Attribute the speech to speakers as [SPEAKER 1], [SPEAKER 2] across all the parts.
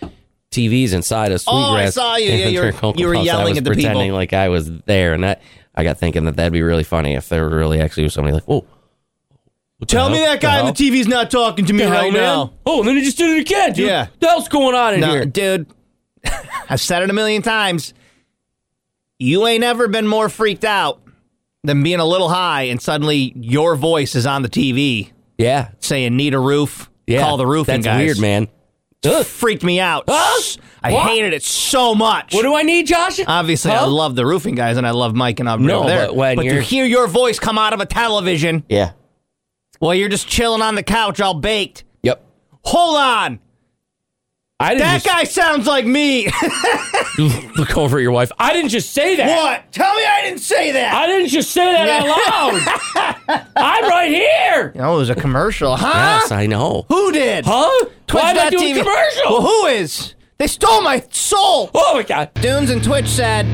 [SPEAKER 1] TVs inside of
[SPEAKER 2] Oh, I
[SPEAKER 1] Sweetgrass.
[SPEAKER 2] saw you. Yeah,
[SPEAKER 1] and
[SPEAKER 2] you were-
[SPEAKER 1] their Cocoa
[SPEAKER 2] you were
[SPEAKER 1] Puffs. I
[SPEAKER 2] yelling
[SPEAKER 1] was
[SPEAKER 2] at the people.
[SPEAKER 1] pretending like I was there, and that I got thinking that that'd be really funny if there really actually was somebody like, oh, what the
[SPEAKER 2] Tell
[SPEAKER 1] hell?
[SPEAKER 2] me that guy on the TV's not talking to me
[SPEAKER 1] hell,
[SPEAKER 2] right
[SPEAKER 1] man?
[SPEAKER 2] now.
[SPEAKER 1] Oh, and then he just did it again. Dude.
[SPEAKER 2] Yeah.
[SPEAKER 1] Yeah, what the hell's going on in
[SPEAKER 2] No,
[SPEAKER 1] here?
[SPEAKER 2] dude, I've said it a million times. You ain't ever been more freaked out than being a little high and suddenly your voice is on the TV
[SPEAKER 1] Yeah,
[SPEAKER 2] saying "Need a roof."
[SPEAKER 1] yeah.
[SPEAKER 2] Call the roofing
[SPEAKER 1] That's
[SPEAKER 2] guys.
[SPEAKER 1] weird, man. Ugh.
[SPEAKER 2] Freaked me out.
[SPEAKER 1] Huh?
[SPEAKER 2] I
[SPEAKER 1] What?
[SPEAKER 2] hated it so much.
[SPEAKER 1] What do I need, Josh?
[SPEAKER 2] Obviously, I
[SPEAKER 1] Huh?
[SPEAKER 2] love the roofing guys and I love Mike and I'm
[SPEAKER 1] No,
[SPEAKER 2] there.
[SPEAKER 1] but when
[SPEAKER 2] to
[SPEAKER 1] you're-
[SPEAKER 2] hear your voice come out of a television
[SPEAKER 1] Yeah.
[SPEAKER 2] while you're just chilling on the couch, all baked.
[SPEAKER 1] Yep.
[SPEAKER 2] Hold on,
[SPEAKER 1] I didn't
[SPEAKER 2] that
[SPEAKER 1] just-
[SPEAKER 2] guy sounds like me.
[SPEAKER 1] look over at your wife. I didn't just say that.
[SPEAKER 2] what? Tell me I didn't say that.
[SPEAKER 1] I didn't just say that out loud. I'm right here.
[SPEAKER 2] Oh, it was a commercial, huh?
[SPEAKER 1] Yes, I know.
[SPEAKER 2] Who did?
[SPEAKER 1] Huh?
[SPEAKER 2] Twitch
[SPEAKER 1] Why am I doing
[SPEAKER 2] TV.
[SPEAKER 1] a commercial?
[SPEAKER 2] Well, who is? They stole my soul.
[SPEAKER 1] oh my god.
[SPEAKER 2] Dunes and Twitch said,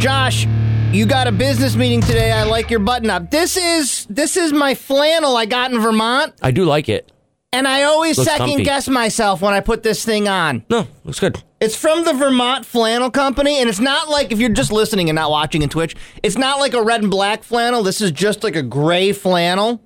[SPEAKER 2] Josh, you got a business meeting today. I like your button up. This is this is my flannel I got in Vermont,
[SPEAKER 1] I do like it.
[SPEAKER 2] and I always
[SPEAKER 1] Looks
[SPEAKER 2] second
[SPEAKER 1] comfy.
[SPEAKER 2] guess myself when I put this thing on.
[SPEAKER 1] No, looks good.
[SPEAKER 2] It's from the Vermont Flannel Company, and it's not like if you're just listening and not watching in Twitch, it's not like a red and black flannel. This is just like a gray flannel.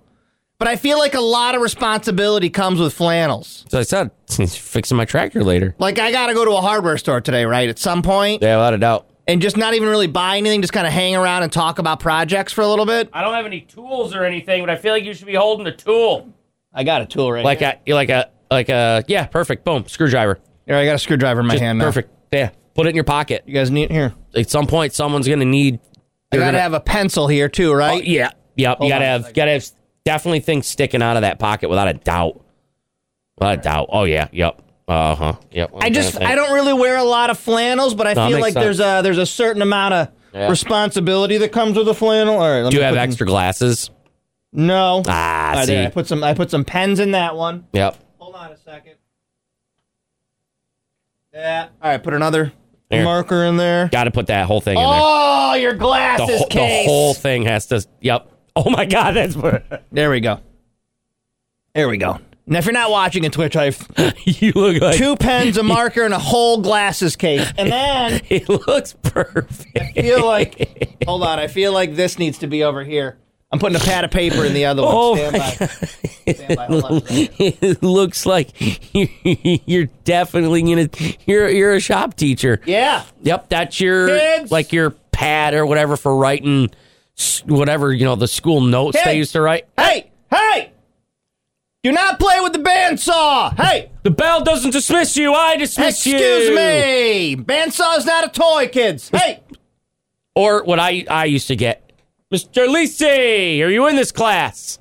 [SPEAKER 2] But I feel like a lot of responsibility comes with flannels.
[SPEAKER 1] So I said, since fixing my tractor later.
[SPEAKER 2] Like I gotta go to a hardware store today, right? At some point,
[SPEAKER 1] Yeah, without a doubt.
[SPEAKER 2] and just not even really buy anything, just kind of hang around and talk about projects for a little bit.
[SPEAKER 3] I don't have any tools or anything, but I feel like you should be holding a tool.
[SPEAKER 2] I got a tool right
[SPEAKER 1] Like a, you're like a, like a, yeah, perfect. Boom, screwdriver.
[SPEAKER 2] here. I got a screwdriver in my
[SPEAKER 1] Just
[SPEAKER 2] hand. now.
[SPEAKER 1] perfect. Yeah, put it in your pocket.
[SPEAKER 2] You guys need here.
[SPEAKER 1] At some point, someone's gonna need.
[SPEAKER 2] I
[SPEAKER 1] they're
[SPEAKER 2] gotta
[SPEAKER 1] gonna-
[SPEAKER 2] have a pencil here too,
[SPEAKER 1] Oh,
[SPEAKER 2] right?
[SPEAKER 1] yeah, yep.
[SPEAKER 2] Hold
[SPEAKER 1] you gotta
[SPEAKER 2] on a
[SPEAKER 1] have, gotta have definitely things sticking out of that pocket without a doubt. Without a doubt. Oh yeah, yep. Uh huh. Yep.
[SPEAKER 2] I just I don't really wear a lot of flannels, but I
[SPEAKER 1] No, it
[SPEAKER 2] feel
[SPEAKER 1] makes
[SPEAKER 2] like there's a there's a certain amount of
[SPEAKER 1] Yeah.
[SPEAKER 2] responsibility that comes with a flannel. All right, let
[SPEAKER 1] Do
[SPEAKER 2] me
[SPEAKER 1] you have
[SPEAKER 2] put some-
[SPEAKER 1] extra glasses?
[SPEAKER 2] No.
[SPEAKER 1] Ah,
[SPEAKER 2] I,
[SPEAKER 1] see.
[SPEAKER 2] did. I put some I put some pens in that one.
[SPEAKER 1] Yep.
[SPEAKER 2] Hold on a second. Yeah. All right, put another
[SPEAKER 1] There.
[SPEAKER 2] marker in there.
[SPEAKER 1] Got to put that whole thing
[SPEAKER 2] Oh, your
[SPEAKER 1] in there.
[SPEAKER 2] glasses
[SPEAKER 1] The, whole- the
[SPEAKER 2] case.
[SPEAKER 1] whole thing has to. Yep. Oh my God, that's
[SPEAKER 2] There we go. There we go. Now, if you're not watching in Twitch, I have
[SPEAKER 1] you look like.
[SPEAKER 2] two pens, a marker, and a whole glasses case. And then
[SPEAKER 1] It looks perfect.
[SPEAKER 2] I feel like, hold on, I feel like this needs to be over here. I'm putting a pad of paper in the other one.
[SPEAKER 1] Oh
[SPEAKER 2] Stand
[SPEAKER 1] my
[SPEAKER 2] by. Stand by. Hold on. a second.
[SPEAKER 1] it looks like you're definitely gonna. You're you're a shop teacher.
[SPEAKER 2] Yeah.
[SPEAKER 1] Yep, that's your
[SPEAKER 2] Kids.
[SPEAKER 1] like your pad or whatever for writing s- whatever you know the school notes
[SPEAKER 2] Hey.
[SPEAKER 1] they used to write.
[SPEAKER 2] Hey, hey! Do not play with the bandsaw. Hey,
[SPEAKER 1] The bell doesn't dismiss you. I dismiss you.
[SPEAKER 2] excuse me. Bandsaw is not a toy, kids. Hey,
[SPEAKER 1] Or what I I used to get. Mr. Lisi, are you in this class?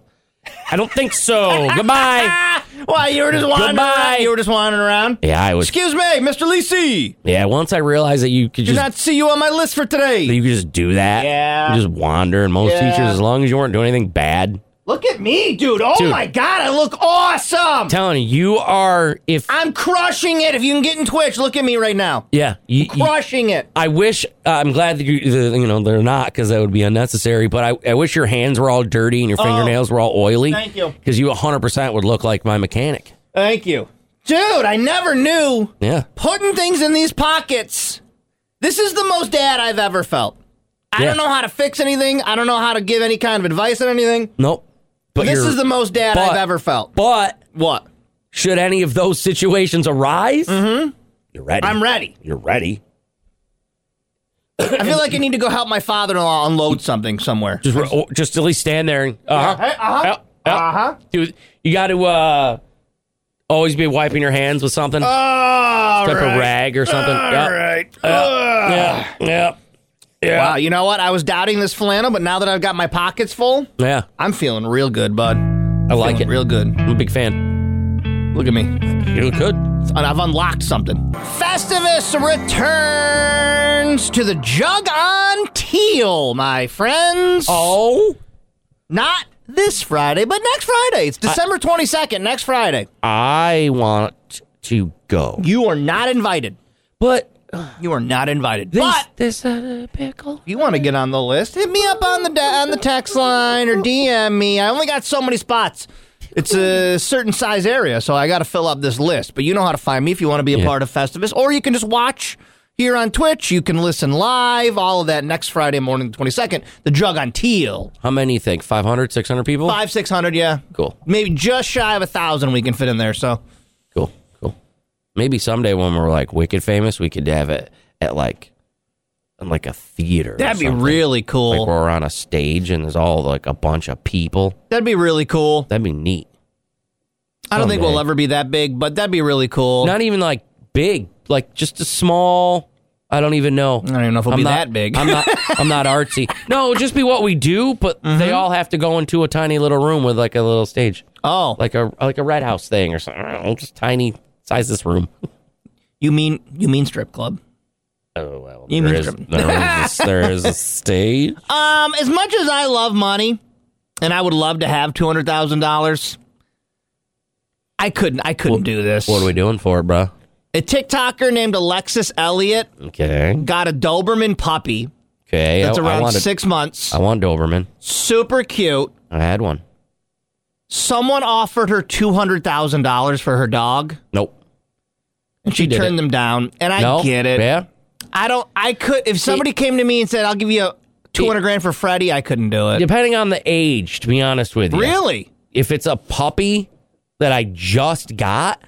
[SPEAKER 1] I don't think so. Goodbye.
[SPEAKER 2] Ah, why you were just wandering
[SPEAKER 1] Goodbye.
[SPEAKER 2] around? You were just wandering around.
[SPEAKER 1] Yeah, I was.
[SPEAKER 2] Excuse me, Mr. Lisi.
[SPEAKER 1] Yeah, once I realized that you could
[SPEAKER 2] Did
[SPEAKER 1] just
[SPEAKER 2] not see you on my list for today.
[SPEAKER 1] that you could just do that.
[SPEAKER 2] Yeah.
[SPEAKER 1] You just wander, and most
[SPEAKER 2] Yeah.
[SPEAKER 1] teachers, as long as you weren't doing anything bad,
[SPEAKER 2] Look at me, dude. Oh
[SPEAKER 1] Dude.
[SPEAKER 2] my god, I look awesome.
[SPEAKER 1] telling you, you are if
[SPEAKER 2] I'm crushing it. If you can get in Twitch, look at me right now.
[SPEAKER 1] yeah. You, you-
[SPEAKER 2] Crushing it.
[SPEAKER 1] I wish uh, I'm glad that you the, you know they're not because that would be unnecessary. But I, I wish your hands were all dirty and your fingernails were all oily.
[SPEAKER 2] Oh, thank you.
[SPEAKER 1] Because you 100 percent would look like my mechanic.
[SPEAKER 2] Thank you. Dude, I never knew
[SPEAKER 1] Yeah.
[SPEAKER 2] putting things in these pockets. This is the most dad I've ever felt. I
[SPEAKER 1] Yeah.
[SPEAKER 2] don't know how to fix anything. I don't know how to give any kind of advice on anything.
[SPEAKER 1] Nope. But
[SPEAKER 2] this
[SPEAKER 1] you're-
[SPEAKER 2] is the most dad
[SPEAKER 1] but-
[SPEAKER 2] I've ever felt.
[SPEAKER 1] But
[SPEAKER 2] What?
[SPEAKER 1] should any of those situations arise, mm-hmm. you're ready.
[SPEAKER 2] I'm ready.
[SPEAKER 1] You're ready.
[SPEAKER 2] I feel like I need to go help my father-in-law unload something somewhere.
[SPEAKER 1] Just, re- oh, just at least stand there and uh huh,
[SPEAKER 2] Hey, uh-huh. Uh-huh.
[SPEAKER 1] Dude, you got to uh, always be wiping your hands with something,
[SPEAKER 2] All
[SPEAKER 1] type
[SPEAKER 2] right.
[SPEAKER 1] of rag or something.
[SPEAKER 2] All
[SPEAKER 1] Yep,
[SPEAKER 2] right.
[SPEAKER 1] Uh-huh.
[SPEAKER 2] Uh,
[SPEAKER 1] Yeah, yeah,
[SPEAKER 2] Wow, you know what? I was doubting this flannel, but now that I've got my pockets full,
[SPEAKER 1] yeah.
[SPEAKER 2] I'm feeling real good, bud.
[SPEAKER 1] I like
[SPEAKER 2] Feeling
[SPEAKER 1] it.
[SPEAKER 2] Real good.
[SPEAKER 1] I'm a big fan.
[SPEAKER 2] Look at me.
[SPEAKER 1] You look good.
[SPEAKER 2] and I've unlocked something. Festivus returns to the jug on teal, my friends.
[SPEAKER 1] Oh,
[SPEAKER 2] Not this Friday, but next Friday. It's December 22nd, next Friday.
[SPEAKER 1] I want to go,
[SPEAKER 2] You are not invited.
[SPEAKER 1] but
[SPEAKER 2] You are not invited. but
[SPEAKER 1] this uh, pickle.
[SPEAKER 2] if you want to get on the list, hit me up on the da- on the text line or DM me. I only got so many spots. It's a certain size area, so I got to fill up this list. But you know how to find me if you want to be a
[SPEAKER 1] Yeah.
[SPEAKER 2] part of Festivus, or you can just watch here on Twitch. You can listen live, all of that next Friday morning, the twenty second. The Jug on Teal,
[SPEAKER 1] How many you think? 500, 600 people?
[SPEAKER 2] five six hundred, yeah,
[SPEAKER 1] Cool,
[SPEAKER 2] maybe just shy of a thousand we can fit in there. So
[SPEAKER 1] cool, cool. Maybe someday when we're like wicked famous, we could have it at like, in like a theater. or
[SPEAKER 2] that'd be
[SPEAKER 1] something.
[SPEAKER 2] really
[SPEAKER 1] Like where
[SPEAKER 2] cool.
[SPEAKER 1] we're on a stage and there's all like a bunch of people.
[SPEAKER 2] That'd be really cool.
[SPEAKER 1] That'd be neat.
[SPEAKER 2] I don't think
[SPEAKER 1] Someday.
[SPEAKER 2] we'll ever be that big, but that'd be really cool.
[SPEAKER 1] Not even like big, like just a small. I don't even know.
[SPEAKER 2] I don't even know if we'll
[SPEAKER 1] I'm
[SPEAKER 2] be
[SPEAKER 1] not-
[SPEAKER 2] that big.
[SPEAKER 1] I'm not. I'm not artsy. No, it'll just be what we do. But they
[SPEAKER 2] Mm-hmm.
[SPEAKER 1] all have to go into a tiny little room with like a little stage,
[SPEAKER 2] oh,
[SPEAKER 1] like a like a red house thing or something. I don't know, just tiny size this room.
[SPEAKER 2] You mean you mean strip club?
[SPEAKER 1] Oh well,
[SPEAKER 2] You
[SPEAKER 1] there
[SPEAKER 2] mean
[SPEAKER 1] is,
[SPEAKER 2] from-
[SPEAKER 1] there, is a, there is a stage.
[SPEAKER 2] Um, as much as I love money, and I would love to have two hundred thousand dollars, I couldn't. I couldn't do this.
[SPEAKER 1] What are we doing for it, bro?
[SPEAKER 2] A TikToker named Alexis Elliott
[SPEAKER 1] Okay,
[SPEAKER 2] got a Doberman puppy
[SPEAKER 1] okay.
[SPEAKER 2] that's
[SPEAKER 1] I, I
[SPEAKER 2] around
[SPEAKER 1] wanted,
[SPEAKER 2] six months,
[SPEAKER 1] I want Doberman.
[SPEAKER 2] super cute.
[SPEAKER 1] I had one.
[SPEAKER 2] Someone offered her two hundred thousand dollars for her dog,
[SPEAKER 1] Nope.
[SPEAKER 2] and she,
[SPEAKER 1] did
[SPEAKER 2] turned
[SPEAKER 1] it.
[SPEAKER 2] them down. And I
[SPEAKER 1] no.
[SPEAKER 2] get it.
[SPEAKER 1] Yeah.
[SPEAKER 2] I don't. I could. If somebody came to me and said, "I'll give you two hundred grand for Freddie," I couldn't do it.
[SPEAKER 1] Depending on the age, to be honest with you.
[SPEAKER 2] Really?
[SPEAKER 1] if it's a puppy that I just got,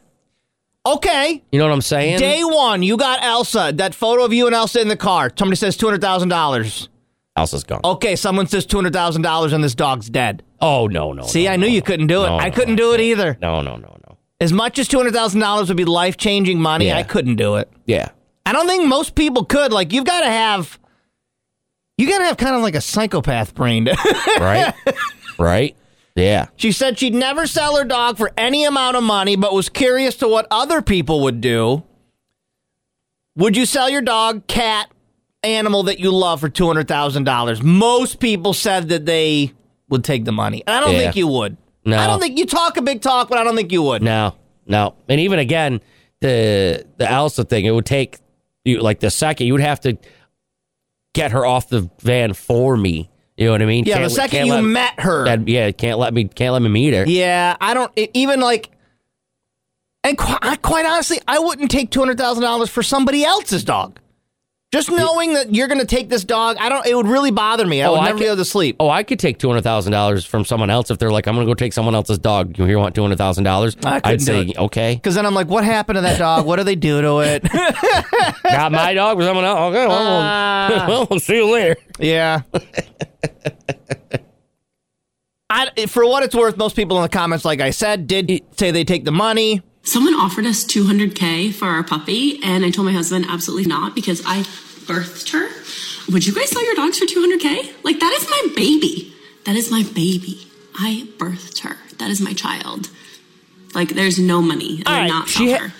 [SPEAKER 2] Okay.
[SPEAKER 1] you know what I'm saying?
[SPEAKER 2] Day one, you got Elsa. That photo of you and Elsa in the car. Somebody says two hundred thousand dollars.
[SPEAKER 1] Elsa's gone. Oh,
[SPEAKER 2] Okay, someone says two hundred thousand dollars, and this dog's dead. Oh,
[SPEAKER 1] no, no.
[SPEAKER 2] See,
[SPEAKER 1] no,
[SPEAKER 2] I knew
[SPEAKER 1] no,
[SPEAKER 2] you couldn't do it.
[SPEAKER 1] No,
[SPEAKER 2] I
[SPEAKER 1] no,
[SPEAKER 2] couldn't do it either.
[SPEAKER 1] No, no, no, no.
[SPEAKER 2] As much as two hundred thousand dollars would be life changing money,
[SPEAKER 1] Yeah.
[SPEAKER 2] I couldn't do it.
[SPEAKER 1] Yeah.
[SPEAKER 2] I don't think most people could. Like, you've got to have, you got to have kind of like a psychopath brain. to-
[SPEAKER 1] Right? right? Yeah.
[SPEAKER 2] she said she'd never sell her dog for any amount of money, but was curious to what other people would do. Would you sell your dog, cat, animal that you love for two hundred thousand dollars? Most people said that they would take the money, and I don't
[SPEAKER 1] Yeah.
[SPEAKER 2] think you would.
[SPEAKER 1] No.
[SPEAKER 2] I don't think you talk a big talk, but I don't think you would.
[SPEAKER 1] No, no. And even again, the the Elsa thing, it would take you like the second you would have to get her off the van for me. You know what I mean?
[SPEAKER 2] yeah, the
[SPEAKER 1] Can't-
[SPEAKER 2] second
[SPEAKER 1] can't
[SPEAKER 2] you
[SPEAKER 1] let-
[SPEAKER 2] met her,
[SPEAKER 1] that- yeah, can't let me can't let me meet her.
[SPEAKER 2] yeah, I don't e- even like. And qu- I, quite honestly, I wouldn't take two hundred thousand dollars for somebody else's dog. Just knowing that you're going to take this dog, I don't. It would really bother me. I
[SPEAKER 1] Oh,
[SPEAKER 2] would
[SPEAKER 1] I
[SPEAKER 2] never be
[SPEAKER 1] ca-
[SPEAKER 2] able to sleep.
[SPEAKER 1] Oh, I could take two hundred thousand dollars from someone else if they're like, I'm gonna go take someone else's dog. You here want two hundred thousand dollars?
[SPEAKER 2] I couldn't
[SPEAKER 1] I'd
[SPEAKER 2] do
[SPEAKER 1] say
[SPEAKER 2] it.
[SPEAKER 1] okay,
[SPEAKER 2] Because then I'm like, what happened to that dog? What do they do to it?
[SPEAKER 1] not my dog, but someone else. Okay, well,
[SPEAKER 2] Ah.
[SPEAKER 1] well, we'll see you later.
[SPEAKER 2] yeah. I, for what it's worth, most people in the comments, like I said, did say they take the money.
[SPEAKER 4] Someone offered us 200K for our puppy, and I told my husband, absolutely not, because I birthed her. Would you guys sell your dogs for 200K? Like, that is my baby. That is my baby. I birthed her. That is my child. Like, there's no money. I
[SPEAKER 2] All
[SPEAKER 4] would
[SPEAKER 2] right,
[SPEAKER 4] not
[SPEAKER 2] she
[SPEAKER 4] sell
[SPEAKER 2] ha-
[SPEAKER 4] her.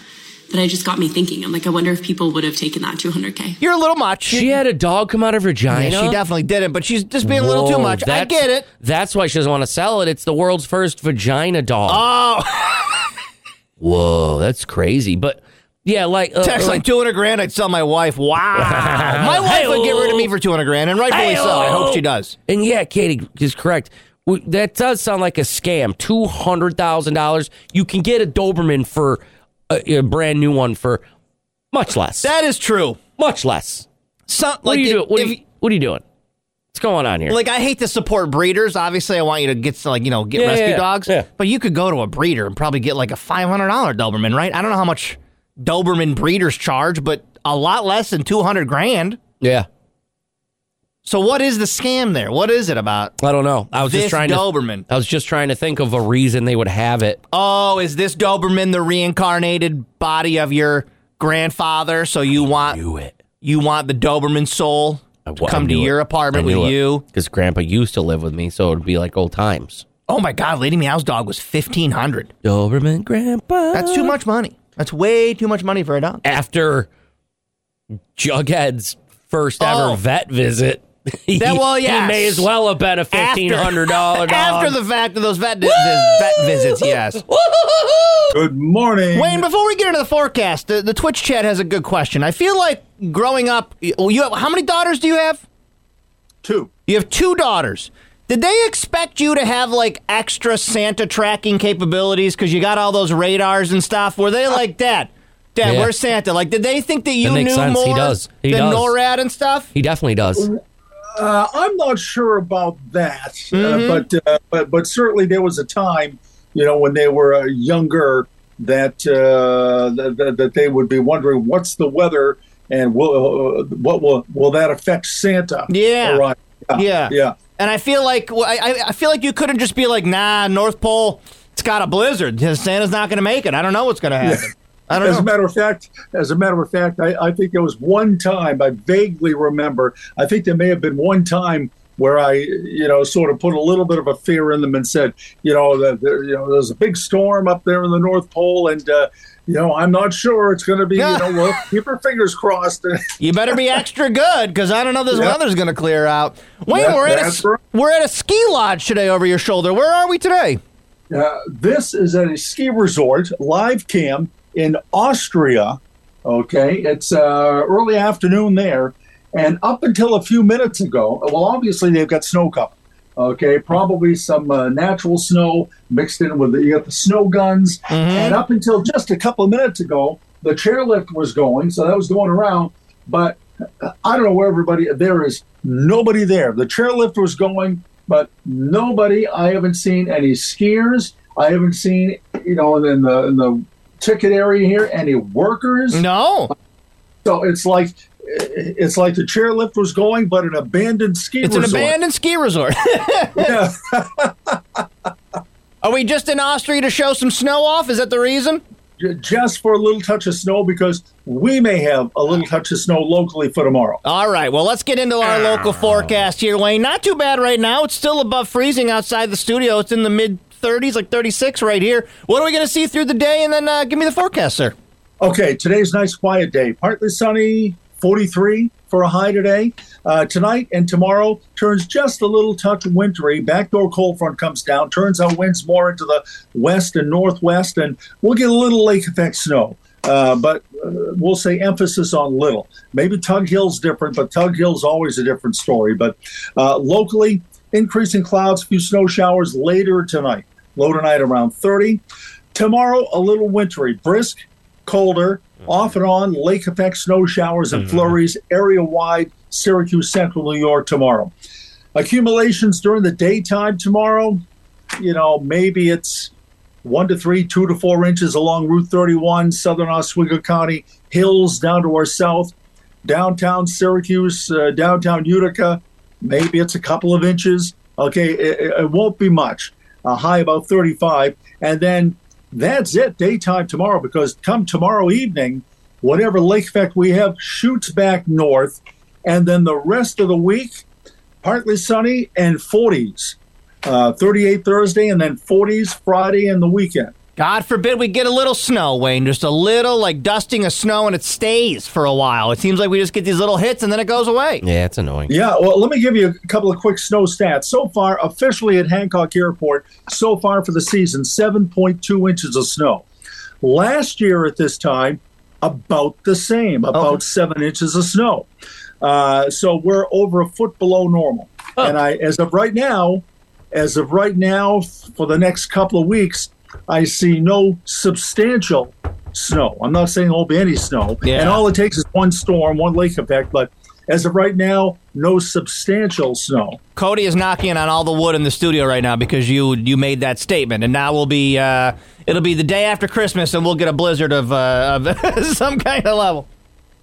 [SPEAKER 4] But it just got me thinking. I'm like, I wonder if people would have taken that 200K.
[SPEAKER 2] You're a little much.
[SPEAKER 1] She had a dog come out of her
[SPEAKER 2] Yeah,
[SPEAKER 1] vagina.
[SPEAKER 2] she definitely didn't, but she's just being a little too
[SPEAKER 1] Whoa,
[SPEAKER 2] much. I
[SPEAKER 1] that's-
[SPEAKER 2] get it.
[SPEAKER 1] That's why she doesn't want to sell it. It's the world's first vagina dog.
[SPEAKER 2] Oh,
[SPEAKER 1] Whoa, that's crazy. But yeah, like uh,
[SPEAKER 2] text like 200 grand, I'd sell my wife. Wow. my wife would get rid of me for 200 grand, and rightfully so. I hope she does.
[SPEAKER 1] And yeah, Katie is correct. W- That does sound like a scam. Two hundred thousand dollars. You can get a Doberman for uh, a, a brand new one for much less.
[SPEAKER 2] That is true.
[SPEAKER 1] much less.
[SPEAKER 2] Some,
[SPEAKER 1] What
[SPEAKER 2] like
[SPEAKER 1] are you
[SPEAKER 2] if-
[SPEAKER 1] doing? What, are
[SPEAKER 2] if-
[SPEAKER 1] you, what are you doing? What's going on here?
[SPEAKER 2] like I hate to support breeders. Obviously, I want you to get like you know get
[SPEAKER 1] Yeah,
[SPEAKER 2] rescue
[SPEAKER 1] yeah,
[SPEAKER 2] dogs.
[SPEAKER 1] yeah.
[SPEAKER 2] But you could go to a breeder and probably get like a five hundred dollar Doberman, right? I don't know how much Doberman breeders charge, but a lot less than two hundred grand.
[SPEAKER 1] yeah,
[SPEAKER 2] So what is the scam there? What is it about?
[SPEAKER 1] I don't know. I was
[SPEAKER 2] This
[SPEAKER 1] just trying
[SPEAKER 2] Doberman.
[SPEAKER 1] to I was just trying to think of a reason they would have it.
[SPEAKER 2] Oh, is this Doberman the reincarnated body of your grandfather? So you want
[SPEAKER 1] Do it.
[SPEAKER 2] you want the Doberman soul
[SPEAKER 1] I-
[SPEAKER 2] to
[SPEAKER 1] Uh, I
[SPEAKER 2] come to
[SPEAKER 1] knew
[SPEAKER 2] your
[SPEAKER 1] it.
[SPEAKER 2] apartment with you?
[SPEAKER 1] Because grandpa used to live with me, so it'd be like old times.
[SPEAKER 2] Oh my God, Lady Meow's dog was fifteen hundred.
[SPEAKER 1] Doberman grandpa.
[SPEAKER 2] That's too much money. That's way too much money for a dog.
[SPEAKER 1] After Jughead's first
[SPEAKER 2] Oh.
[SPEAKER 1] ever vet visit. He,
[SPEAKER 2] That- well,
[SPEAKER 1] he
[SPEAKER 2] yes.
[SPEAKER 1] may as well have been a fifteen hundred dollar dog.
[SPEAKER 2] Oh, after the fact of those vet, vis- vet visits, yes.
[SPEAKER 5] Good morning.
[SPEAKER 2] Wayne, before we get into the forecast, the, the Twitch chat has a good question. I feel like growing up, well, you have, how many daughters do you have?
[SPEAKER 5] Two.
[SPEAKER 2] You have two daughters. Did they expect you to have like extra Santa tracking capabilities because you got all those radars and stuff? Were they like, Dad, Dad,
[SPEAKER 1] Yeah.
[SPEAKER 2] where's Santa? Like, did they think that you
[SPEAKER 1] makes
[SPEAKER 2] knew
[SPEAKER 1] sense.
[SPEAKER 2] more
[SPEAKER 1] He does. He
[SPEAKER 2] than
[SPEAKER 1] does.
[SPEAKER 2] NORAD and stuff?
[SPEAKER 1] he definitely does.
[SPEAKER 5] Uh, I'm not sure about that,
[SPEAKER 2] Mm-hmm.
[SPEAKER 5] uh, but uh, but but certainly there was a time, you know, when they were uh, younger that, uh, that that- that they would be wondering what's the weather and will, uh, what will will that affect Santa?
[SPEAKER 2] Yeah.
[SPEAKER 5] arriving?
[SPEAKER 2] Yeah.
[SPEAKER 5] yeah.
[SPEAKER 2] And I feel like well, I, I- I feel like you couldn't just be like, Nah, North Pole, it's got a blizzard. Santa's not going to make it. I don't know what's going to happen. I don't
[SPEAKER 5] As
[SPEAKER 2] know.
[SPEAKER 5] a matter of fact, as a matter of fact, I, I think there was one time I vaguely remember. I think there may have been one time where I, you know, sort of put a little bit of a fear in them and said, you know, that there, you know, there's a big storm up there in the North Pole, and uh, you know, I'm not sure it's going to be. You know, well, keep our fingers crossed.
[SPEAKER 2] You better be extra good because I don't know this
[SPEAKER 5] Yeah.
[SPEAKER 2] weather's going to clear out. Wayne,
[SPEAKER 5] That-
[SPEAKER 2] we're, at a,
[SPEAKER 5] that's
[SPEAKER 2] s-
[SPEAKER 5] right.
[SPEAKER 2] we're at a ski lodge today over your shoulder. Where are we today?
[SPEAKER 5] Uh, this is at a ski resort, live cam in Austria. Okay, it's uh, early afternoon there, and up until a few minutes ago, well, obviously they've got snow cover. Okay, probably some uh, natural snow mixed in with the, you got the snow guns, and up until just a couple of minutes ago, the chairlift was going, so that was going around, but uh, I don't know where everybody. There is nobody there. The chairlift was going, but nobody. I haven't seen any skiers. I haven't seen you know in the in the ticket area here any workers.
[SPEAKER 2] No.
[SPEAKER 5] So it's like it's like the chairlift was going, but an abandoned ski
[SPEAKER 2] It's an
[SPEAKER 5] resort.
[SPEAKER 2] abandoned ski resort.
[SPEAKER 5] Yeah.
[SPEAKER 2] are we just in Austria to show some snow off? Is that the reason?
[SPEAKER 5] J- Just for a little touch of snow because we may have a little touch of snow locally for tomorrow.
[SPEAKER 2] All right. Well, let's get into our local forecast here, Wayne. Not too bad right now. It's still above freezing outside the studio. It's in the mid 30s, like 36 right here. What are we going to see through the day? And then uh, give me the forecast, sir.
[SPEAKER 5] Okay, today's nice quiet day. Partly sunny, 43 for a high today. Uh, tonight and tomorrow turns just a little touch wintry. Backdoor cold front comes down, turns our winds more into the west and northwest, and we'll get a little lake effect snow. Uh, but uh, we'll say emphasis on little. Maybe Tug Hill's different, but Tug Hill's always a different story. But uh, locally, increasing clouds, few snow showers later tonight. Low tonight around 30. Tomorrow, a little wintry, brisk, colder, off and on, lake effect snow showers and flurries area wide, Syracuse, central New York tomorrow. Accumulations during the daytime tomorrow, you know, maybe it's one to three, two to four inches along Route 31, southern Oswego County, hills down to our south, downtown Syracuse, uh, downtown Utica. Maybe it's a couple of inches. Okay, it, it- it won't be much. A high about 35. And then that's it daytime tomorrow because come tomorrow evening, whatever lake effect we have shoots back north. And then the rest of the week, partly sunny and 40s. Uh, 38 Thursday and then 40s Friday and the weekend.
[SPEAKER 2] God forbid we get a little snow, Wayne. Just a little, like dusting of snow, Oh, and it stays for a while. It seems like we just get these little hits and then it goes away.
[SPEAKER 1] Yeah, it's annoying.
[SPEAKER 5] Yeah, well, let me give you a couple of quick snow stats. So far, officially at Hancock Airport, so far for the season, 7.2 inches of snow. Last year at this time, about the same, about seven inches of snow. Uh, so we're over a foot below normal. And I, as of right now, as of right now, for the next couple of weeks, I see no substantial snow. I'm not saying there'll be any snow.
[SPEAKER 2] Yeah.
[SPEAKER 5] And all it takes is one storm, one lake effect. But as of right now, no substantial snow.
[SPEAKER 2] Cody is knocking on all the wood in the studio right now because you you made that statement, and now we'll be uh, it'll be the day after Christmas, and we'll get a blizzard of, uh, of some kind of level.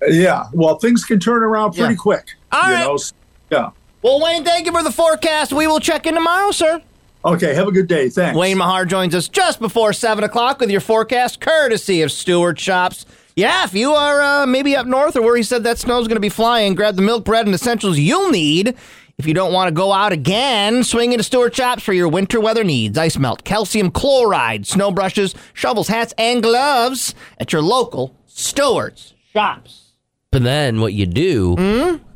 [SPEAKER 5] Yeah. Well, things can turn around pretty
[SPEAKER 2] Yeah.
[SPEAKER 5] quick.
[SPEAKER 2] All
[SPEAKER 5] you
[SPEAKER 2] right.
[SPEAKER 5] know, so- Yeah.
[SPEAKER 2] Well, Wayne, thank you for the forecast. We will check in tomorrow, sir.
[SPEAKER 5] Okay, have a good day. Thanks.
[SPEAKER 2] Wayne Mahar joins us just before 7 o'clock with your forecast, courtesy of Stewart Shops. Yeah, if you are uh, maybe up north or where he said that snow's going to be flying, grab the milk, bread, and essentials you'll need. If you don't want to go out again, swing into Stewart Shops for your winter weather needs. Ice melt, calcium chloride, snow brushes, shovels, hats, and gloves at your local Stewart's Shops.
[SPEAKER 1] But then what you do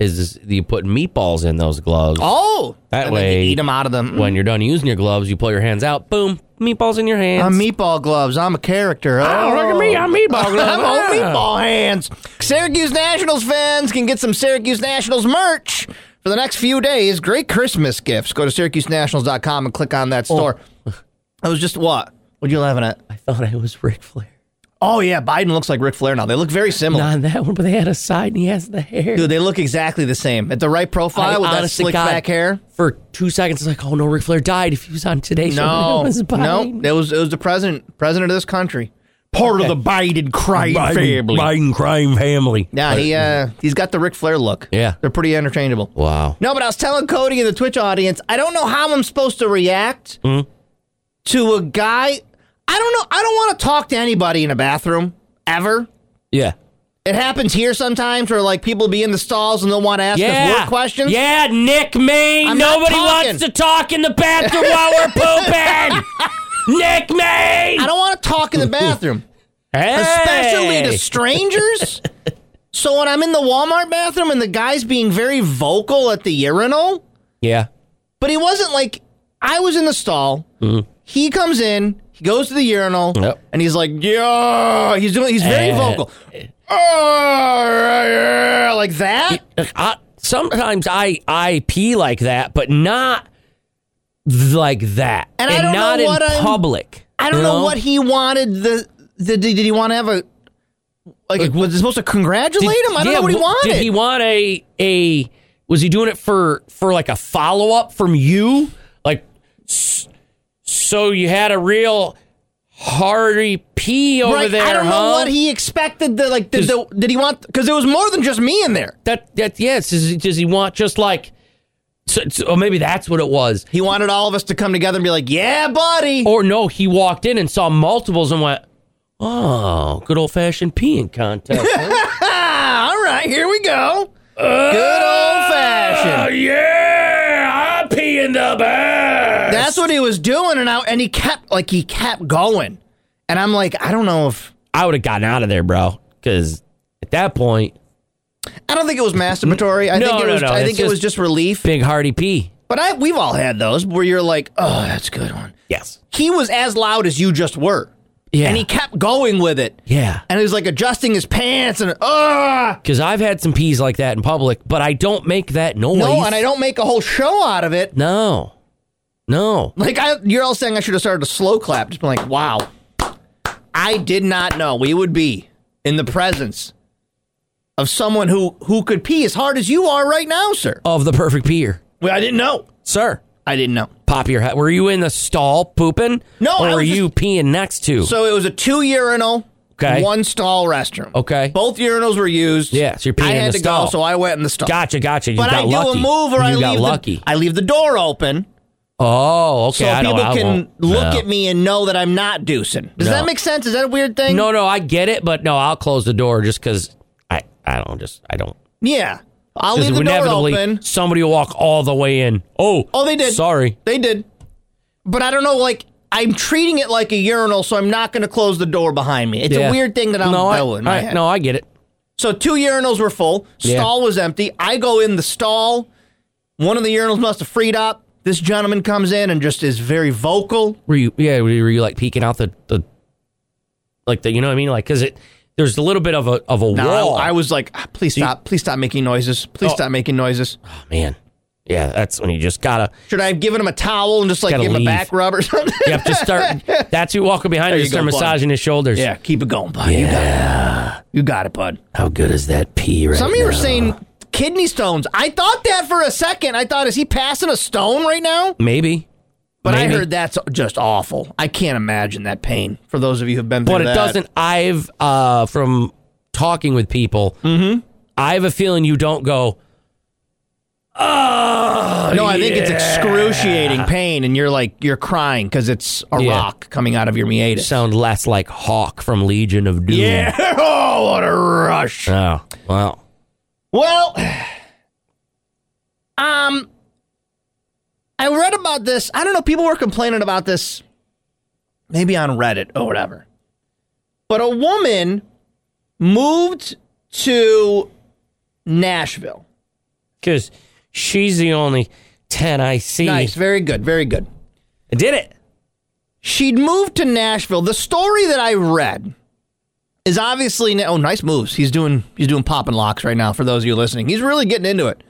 [SPEAKER 1] is, is you put meatballs in those gloves.
[SPEAKER 2] Hmm? Oh,
[SPEAKER 1] That
[SPEAKER 2] and then you
[SPEAKER 1] way-
[SPEAKER 2] eat them out of them.
[SPEAKER 1] When you're done using your gloves, you pull your hands out. Boom, meatballs in your hands.
[SPEAKER 2] I'm meatball gloves. I'm a character. Oh,
[SPEAKER 1] look at me, I'm meatball gloves.
[SPEAKER 2] I'm all
[SPEAKER 1] Ah.
[SPEAKER 2] meatball hands. Syracuse Nationals fans can get some Syracuse Nationals merch for the next few days. Great Christmas gifts. Go to syracusenationals.com and click on that store. I was just what? Oh. What are you laughing at?
[SPEAKER 1] I thought I was Ric Flair.
[SPEAKER 2] Oh yeah, Biden looks like Ric Flair now. They look very similar.
[SPEAKER 1] Not that one, but they had a side and he has the hair.
[SPEAKER 2] Dude, they look exactly the same. At the right profile with that
[SPEAKER 1] honest to
[SPEAKER 2] slick
[SPEAKER 1] God,
[SPEAKER 2] back hair.
[SPEAKER 1] For two seconds, it's like, oh no, Ric Flair died. If he was on today,
[SPEAKER 2] No,
[SPEAKER 1] was
[SPEAKER 2] no, it was it was the president, president of this country, part of the Biden crime
[SPEAKER 1] Biden crime family.
[SPEAKER 2] Yeah, he uh, he's got the Ric Flair look.
[SPEAKER 1] Yeah.
[SPEAKER 2] they're pretty interchangeable.
[SPEAKER 1] Wow.
[SPEAKER 2] No, but I was telling Cody in the Twitch audience, I don't know how I'm supposed to react
[SPEAKER 1] Hmm?
[SPEAKER 2] to a guy. I don't know. I don't want to talk to anybody in a bathroom ever.
[SPEAKER 1] Yeah.
[SPEAKER 2] It happens here sometimes, where like people be in the stalls and they'll want to ask us work questions.
[SPEAKER 1] Yeah, Nick Maine.
[SPEAKER 2] I'm not
[SPEAKER 1] Nobody
[SPEAKER 2] talking.
[SPEAKER 1] wants to talk in the bathroom while we're pooping. Nick Maine.
[SPEAKER 2] I don't want to talk in the bathroom. especially to strangers. so when I'm in the Walmart bathroom and the guy's being very vocal at the urinal,
[SPEAKER 1] Yeah.
[SPEAKER 2] but he wasn't like I was in the stall. He comes in, he goes to the urinal,
[SPEAKER 1] Mm-hmm. Yep.
[SPEAKER 2] and he's like, "Yeah," he's doing. He's very
[SPEAKER 1] Eh.
[SPEAKER 2] vocal. "Ah, yeah," like that.
[SPEAKER 1] I, sometimes I I pee like that, but not th- like that,
[SPEAKER 2] And I don't know
[SPEAKER 1] not in
[SPEAKER 2] what I'm-
[SPEAKER 1] public.
[SPEAKER 2] I don't
[SPEAKER 1] you
[SPEAKER 2] know what he wanted. The the did he want to have a like? was he supposed to congratulate him? I don't
[SPEAKER 1] yeah,
[SPEAKER 2] know what he
[SPEAKER 1] wh-
[SPEAKER 2] wanted.
[SPEAKER 1] Did he want a a? Was he doing it for for like a follow up from you? Like, s- so you had a real hearty pee over
[SPEAKER 2] right,
[SPEAKER 1] there,
[SPEAKER 2] I don't
[SPEAKER 1] huh?
[SPEAKER 2] know what he expected. The like, did, the, did he want? Because there was more than just me in there.
[SPEAKER 1] that that yes. Does he, does he want just like? So, so- or maybe that's what it was.
[SPEAKER 2] He wanted all of us to come together and be like, "Yeah, buddy."
[SPEAKER 1] Or no, he walked in and saw multiples and went, "Oh, good old fashioned peeing contest."
[SPEAKER 2] Ah, all right, here we go. Uh, Good old fashioned.
[SPEAKER 1] yeah, I pee in the bath.
[SPEAKER 2] That's what he was doing, and I, and he kept like he kept going, and I'm like, I don't know if
[SPEAKER 1] I would have gotten out of there, bro. Because at that point,
[SPEAKER 2] I don't think it was masturbatory. I
[SPEAKER 1] No,
[SPEAKER 2] think it
[SPEAKER 1] no,
[SPEAKER 2] was
[SPEAKER 1] no,
[SPEAKER 2] I
[SPEAKER 1] it's
[SPEAKER 2] think it was
[SPEAKER 1] just-
[SPEAKER 2] just relief.
[SPEAKER 1] big hearty pee.
[SPEAKER 2] But I we've all had those where you're like, oh, that's a good one.
[SPEAKER 1] Yes.
[SPEAKER 2] He was as loud as you just were,
[SPEAKER 1] Yeah.
[SPEAKER 2] and he kept going with it,
[SPEAKER 1] yeah.
[SPEAKER 2] and he was like adjusting his pants and ah.
[SPEAKER 1] Because I've had some pees like that in public, but I don't make that noise.
[SPEAKER 2] No, and I don't make a whole show out of it.
[SPEAKER 1] No. No.
[SPEAKER 2] Like I, you're all saying I should have started a slow clap. Just been like, wow, I did not know we would be in the presence of someone who who could pee as hard as you are right now, sir.
[SPEAKER 1] Of the perfect peer.
[SPEAKER 2] Well, I didn't know.
[SPEAKER 1] Sir,
[SPEAKER 2] I didn't know.
[SPEAKER 1] pop your head. Were you in the stall pooping?
[SPEAKER 2] No,
[SPEAKER 1] Or
[SPEAKER 2] I
[SPEAKER 1] were
[SPEAKER 2] was
[SPEAKER 1] you peeing next to?
[SPEAKER 2] So it was a two urinal,
[SPEAKER 1] Okay.
[SPEAKER 2] one stall restroom.
[SPEAKER 1] Okay.
[SPEAKER 2] both urinals were used.
[SPEAKER 1] Yeah, so you're peeing
[SPEAKER 2] I
[SPEAKER 1] in
[SPEAKER 2] had
[SPEAKER 1] the
[SPEAKER 2] to
[SPEAKER 1] stall.
[SPEAKER 2] go, so I went in the stall.
[SPEAKER 1] gotcha, gotcha. You
[SPEAKER 2] but
[SPEAKER 1] got
[SPEAKER 2] I do
[SPEAKER 1] lucky.
[SPEAKER 2] a move, or
[SPEAKER 1] you
[SPEAKER 2] I leave
[SPEAKER 1] got
[SPEAKER 2] the-
[SPEAKER 1] lucky.
[SPEAKER 2] I leave the door open.
[SPEAKER 1] oh, okay.
[SPEAKER 2] so
[SPEAKER 1] I
[SPEAKER 2] people
[SPEAKER 1] don't, I
[SPEAKER 2] can
[SPEAKER 1] won't.
[SPEAKER 2] look
[SPEAKER 1] No.
[SPEAKER 2] at me and know that I'm not deucing. Does
[SPEAKER 1] No.
[SPEAKER 2] that make sense? Is that a weird thing?
[SPEAKER 1] No, no, I get it, but no, I'll close the door just because I, I don't just I don't.
[SPEAKER 2] Yeah. I'll
[SPEAKER 1] 'cause
[SPEAKER 2] leave the door
[SPEAKER 1] inevitably
[SPEAKER 2] open.
[SPEAKER 1] somebody will walk all the way in. Oh,
[SPEAKER 2] Oh, they did.
[SPEAKER 1] Sorry,
[SPEAKER 2] They did. But I don't know, like, I'm treating it like a urinal, so I'm not going to close the door behind me. It's
[SPEAKER 1] Yeah.
[SPEAKER 2] a weird thing that I'm
[SPEAKER 1] no, I,
[SPEAKER 2] doing. in my
[SPEAKER 1] I-
[SPEAKER 2] head.
[SPEAKER 1] no, I get it.
[SPEAKER 2] So two urinals were full.
[SPEAKER 1] Yeah.
[SPEAKER 2] Stall was empty. I go in the stall. One of the urinals must have freed up. This gentleman comes in and just is very vocal.
[SPEAKER 1] Were you? Yeah, were you, were you like peeking out the the like the you know what I mean? Like because it there's a little bit of a of a
[SPEAKER 2] Now,
[SPEAKER 1] wall.
[SPEAKER 2] I, I was like, "Ah, please stop. please stop making noises. Please
[SPEAKER 1] Oh.
[SPEAKER 2] stop making noises.
[SPEAKER 1] oh, man, yeah, that's when you just gotta
[SPEAKER 2] Should I have given him a towel and just like
[SPEAKER 1] Gotta
[SPEAKER 2] give him
[SPEAKER 1] leave.
[SPEAKER 2] a back rub or something?
[SPEAKER 1] you have to start. that's who walking behind
[SPEAKER 2] There
[SPEAKER 1] you.
[SPEAKER 2] you
[SPEAKER 1] Start
[SPEAKER 2] go, bud.
[SPEAKER 1] massaging his shoulders.
[SPEAKER 2] yeah, keep it going, bud. You got it. You got it, bud.
[SPEAKER 1] How good is that pee right
[SPEAKER 2] Some of you
[SPEAKER 1] now?
[SPEAKER 2] were saying kidney stones. I thought that for a second. I thought, is he passing a stone right now?
[SPEAKER 1] maybe,
[SPEAKER 2] But
[SPEAKER 1] Maybe.
[SPEAKER 2] I heard that's just awful. I can't imagine that pain for those of you who've been through
[SPEAKER 1] but it
[SPEAKER 2] that.
[SPEAKER 1] doesn't. I've uh
[SPEAKER 2] Mm-hmm.
[SPEAKER 1] from talking with people, I have a feeling you don't go.
[SPEAKER 3] Oh,
[SPEAKER 2] No, I think it's
[SPEAKER 3] yeah.
[SPEAKER 2] excruciating pain, and you're like you're crying because it's a
[SPEAKER 1] Yeah.
[SPEAKER 2] rock coming out of your meatus.
[SPEAKER 1] Sound less like Hawk from Legion of Doom.
[SPEAKER 2] yeah, oh, what a rush!
[SPEAKER 1] Oh, wow.
[SPEAKER 2] Well, um, I read about this. I don't know. People were complaining about this, maybe on Reddit or whatever. But a woman moved to Nashville.
[SPEAKER 1] Because she's the only 10 I see.
[SPEAKER 2] Nice, very good, very good.
[SPEAKER 1] I did it.
[SPEAKER 2] She'd moved to Nashville. The story that I read is obviously oh, nice moves. He's doing he's doing pop and locks right now. For those of you listening, he's really getting into it.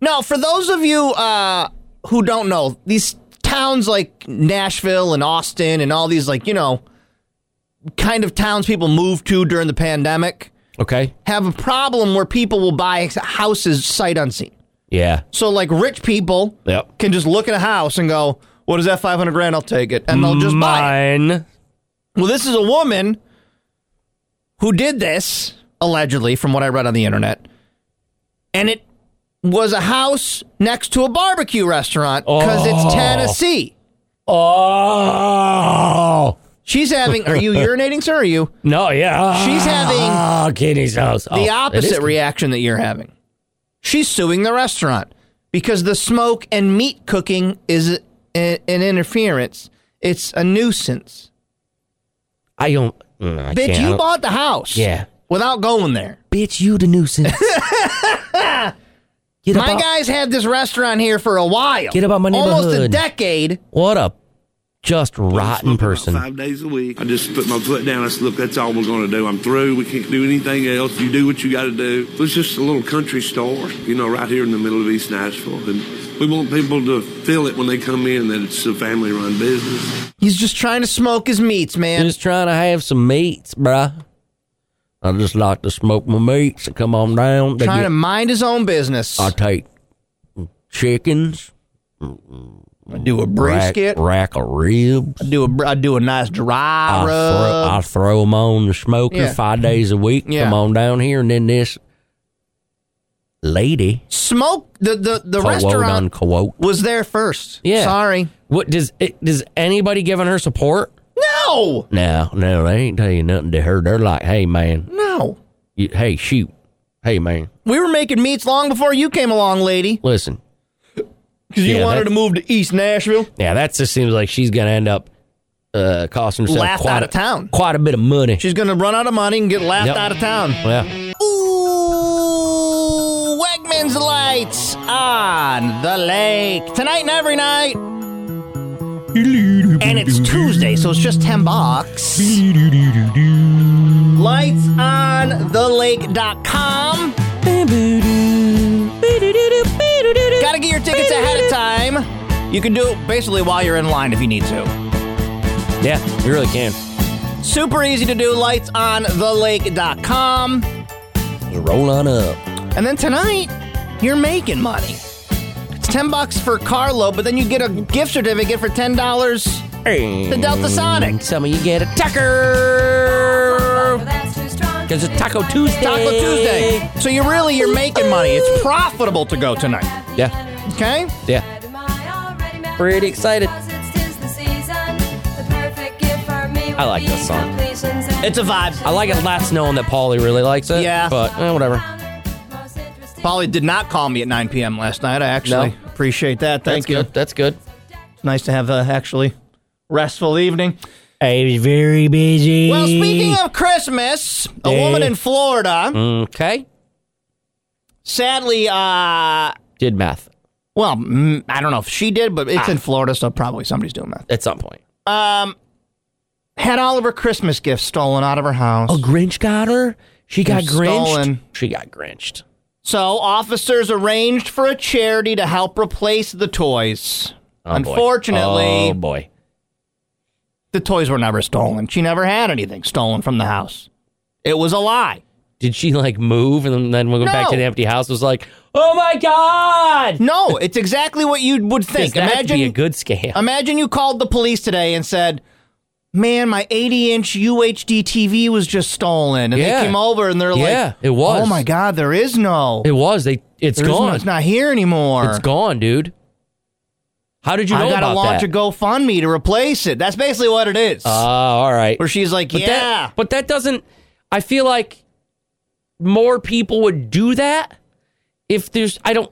[SPEAKER 2] Now, for those of you uh, who don't know, these towns like Nashville and Austin and all these like you know kind of towns people move to during the pandemic
[SPEAKER 1] Okay.
[SPEAKER 2] have a problem where people will buy houses sight unseen.
[SPEAKER 1] Yeah.
[SPEAKER 2] So like rich people
[SPEAKER 1] Yep.
[SPEAKER 2] can just look at a house and go, "What is that? Five hundred grand? I'll take it," and they'll just buy. it.
[SPEAKER 1] Mine.
[SPEAKER 2] Well, this is a woman who did this, allegedly, from what I read on the internet. And it was a house next to a barbecue restaurant because it's Tennessee.
[SPEAKER 1] Oh.
[SPEAKER 2] She's having, are you urinating, sir? Or are you?
[SPEAKER 1] No, yeah.
[SPEAKER 2] She's having
[SPEAKER 1] oh, Kenny's house. Oh,
[SPEAKER 2] The
[SPEAKER 1] it is-
[SPEAKER 2] opposite reaction that you're having. She's suing the restaurant because the smoke and meat cooking is a- an interference, it's a nuisance.
[SPEAKER 1] I don't. mm, I
[SPEAKER 2] Bitch,
[SPEAKER 1] can't. I
[SPEAKER 2] you
[SPEAKER 1] don't-
[SPEAKER 2] bought the house
[SPEAKER 1] Yeah.
[SPEAKER 2] without going there.
[SPEAKER 1] Bitch, you the nuisance.
[SPEAKER 2] My
[SPEAKER 1] get about,
[SPEAKER 2] guys had this restaurant here for a while.
[SPEAKER 1] Get about my
[SPEAKER 2] Almost a
[SPEAKER 1] neighborhood.
[SPEAKER 2] decade.
[SPEAKER 1] What a just rotten
[SPEAKER 6] smoking about
[SPEAKER 1] person.
[SPEAKER 6] Five days a week. I just put my foot down. I said, look, that's all we're going to do. I'm through. We can't do anything else. You do what you got to do. It was just a little country store, you know, right here in the middle of East Nashville. And we want people to feel it when they come in that it's a family run business.
[SPEAKER 2] He's just trying to smoke his meats, man.
[SPEAKER 1] Just trying to have some meats, bruh. I just like to smoke my meats. They come on down. They
[SPEAKER 2] trying to
[SPEAKER 1] get-
[SPEAKER 2] mind his own business.
[SPEAKER 1] I take chickens,
[SPEAKER 2] I do a
[SPEAKER 1] rack,
[SPEAKER 2] brisket.
[SPEAKER 1] rack of ribs.
[SPEAKER 2] I do a br- I do a nice dry
[SPEAKER 1] I
[SPEAKER 2] rub.
[SPEAKER 1] throw, I throw them on the smoker
[SPEAKER 2] Yeah.
[SPEAKER 1] five days a week.
[SPEAKER 2] Yeah.
[SPEAKER 1] Come on down here, and then this lady,
[SPEAKER 2] Smoke the the the
[SPEAKER 1] quote
[SPEAKER 2] restaurant
[SPEAKER 1] unquote.
[SPEAKER 2] was there first.
[SPEAKER 1] Yeah.
[SPEAKER 2] sorry.
[SPEAKER 1] What does it, does anybody giving her support?
[SPEAKER 2] No,
[SPEAKER 1] No, no, they ain't tell you nothing to her. They're like, hey man,
[SPEAKER 2] no.
[SPEAKER 1] you, hey shoot, hey man,
[SPEAKER 2] We were making meats long before you came along, lady.
[SPEAKER 1] listen.
[SPEAKER 2] Because
[SPEAKER 1] Yeah, that's-
[SPEAKER 2] move to East Nashville.
[SPEAKER 1] Yeah, that just seems like she's gonna end up uh, costing herself
[SPEAKER 2] Laughed
[SPEAKER 1] quite
[SPEAKER 2] out
[SPEAKER 1] a-
[SPEAKER 2] of town.
[SPEAKER 1] quite a bit of money.
[SPEAKER 2] She's gonna run out of money and get laughed
[SPEAKER 1] Yep.
[SPEAKER 2] out of town.
[SPEAKER 1] well,
[SPEAKER 2] Ooh, Wegmans lights on the lake tonight and every night. And it's Tuesday, so it's just 10 bucks. Lights on the lake.com. Gotta get your tickets ahead of time. You can do it basically while you're in line if you need to.
[SPEAKER 1] yeah, you really can.
[SPEAKER 2] Super easy to do. Lights on the lake.com.
[SPEAKER 1] Roll on up.
[SPEAKER 2] And then tonight, you're making money. It's 10 bucks for Carlo, but then you get a gift certificate for $10 to Delta Sonic.
[SPEAKER 1] Some of you get a tucker. Because it's Taco Tuesday.
[SPEAKER 2] Taco Tuesday. So you're really you're making money. It's profitable to go tonight.
[SPEAKER 1] Yeah,
[SPEAKER 2] Okay?
[SPEAKER 1] yeah. Pretty excited. I like this song.
[SPEAKER 2] It's a vibe.
[SPEAKER 1] I like it less knowing that Paulie really likes it.
[SPEAKER 2] Yeah.
[SPEAKER 1] But eh, whatever.
[SPEAKER 2] Polly did not call me at 9 p.m. last night. I actually
[SPEAKER 1] No.
[SPEAKER 2] appreciate that. Thank
[SPEAKER 1] That's
[SPEAKER 2] you.
[SPEAKER 1] Good. That's good.
[SPEAKER 2] It's nice to have a actually restful evening.
[SPEAKER 1] I was very busy.
[SPEAKER 2] Well, speaking of Christmas, a
[SPEAKER 1] Yeah.
[SPEAKER 2] woman in Florida
[SPEAKER 1] Okay.
[SPEAKER 2] sadly uh
[SPEAKER 1] Did math
[SPEAKER 2] well, mm, I don't know if she did, but
[SPEAKER 1] Ah.
[SPEAKER 2] it's in Florida, so probably somebody's doing that.
[SPEAKER 1] at some point.
[SPEAKER 2] had all of her Christmas gifts stolen out of her house.
[SPEAKER 1] Grinch got her? She got
[SPEAKER 2] They're stolen.
[SPEAKER 1] She got Grinched.
[SPEAKER 2] So officers arranged for a charity to help replace the toys.
[SPEAKER 1] Oh, boy.
[SPEAKER 2] Unfortunately,
[SPEAKER 1] Oh, boy.
[SPEAKER 2] the toys were never stolen. She never had anything stolen from the house. It was a lie.
[SPEAKER 1] Did she like move and then we go back to
[SPEAKER 2] No.
[SPEAKER 1] the empty house? Was like, oh my God.
[SPEAKER 2] No, it's exactly what you would think.
[SPEAKER 1] That'd
[SPEAKER 2] Imagine
[SPEAKER 1] be a good scam.
[SPEAKER 2] Imagine you called the police today and said, man, my 80 inch UHD TV was just stolen. And
[SPEAKER 1] Yeah.
[SPEAKER 2] they came over and they're like,
[SPEAKER 1] Yeah, it was.
[SPEAKER 2] Oh my God, there is no.
[SPEAKER 1] It was. They. It's
[SPEAKER 2] there is no-
[SPEAKER 1] gone.
[SPEAKER 2] it's not here anymore.
[SPEAKER 1] It's gone, dude. How did you know
[SPEAKER 2] I gotta
[SPEAKER 1] about
[SPEAKER 2] launch
[SPEAKER 1] that?
[SPEAKER 2] a GoFundMe to replace it. That's basically what it is.
[SPEAKER 1] Ah, all right.
[SPEAKER 2] where she's like,
[SPEAKER 1] But
[SPEAKER 2] yeah.
[SPEAKER 1] That, but that doesn't. I feel like more people would do that if there's. I don't.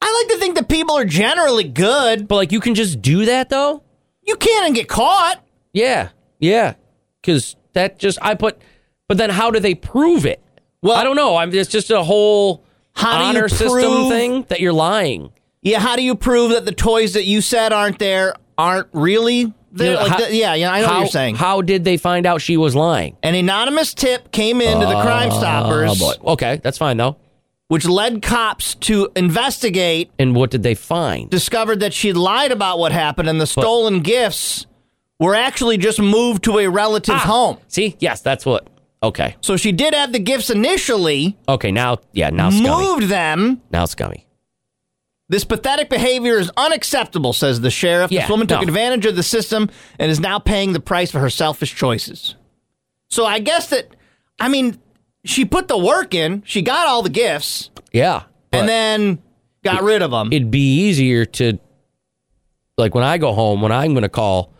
[SPEAKER 2] I like to think that people are generally good.
[SPEAKER 1] But like, you can just do that though.
[SPEAKER 2] You can and get caught.
[SPEAKER 1] Yeah, yeah. Because that just I put. But then, how do they prove it? Well, I don't know. I'm. It's just a whole
[SPEAKER 2] How do you
[SPEAKER 1] honor system
[SPEAKER 2] prove-
[SPEAKER 1] thing that you're lying.
[SPEAKER 2] Yeah, how do you prove that the toys that you said aren't there aren't really there?
[SPEAKER 1] You know,
[SPEAKER 2] like
[SPEAKER 1] how-
[SPEAKER 2] the- yeah, yeah, I know
[SPEAKER 1] how,
[SPEAKER 2] what you're saying.
[SPEAKER 1] How did they find out she was lying?
[SPEAKER 2] An anonymous tip came in to the Crime
[SPEAKER 1] Oh
[SPEAKER 2] Stoppers,
[SPEAKER 1] boy. Okay, that's fine though.
[SPEAKER 2] which led cops to investigate,
[SPEAKER 1] And what did they find?
[SPEAKER 2] discovered that she lied about what happened, and the stolen gifts were actually just moved to a relative's
[SPEAKER 1] Ah,
[SPEAKER 2] home.
[SPEAKER 1] See, yes, that's what. Okay,
[SPEAKER 2] So she did have the gifts initially,
[SPEAKER 1] okay. Now, yeah, now scummy.
[SPEAKER 2] moved them.
[SPEAKER 1] Now scummy.
[SPEAKER 2] This pathetic behavior is unacceptable, says the sheriff.
[SPEAKER 1] Yeah,
[SPEAKER 2] this woman took
[SPEAKER 1] no.
[SPEAKER 2] advantage of the system and is now paying the price for her selfish choices. So I guess that, I mean, she put the work in, she got all the gifts,
[SPEAKER 1] Yeah, but
[SPEAKER 2] and then got rid of them.
[SPEAKER 1] it'd be easier to, like, when I go home, when I'm going to call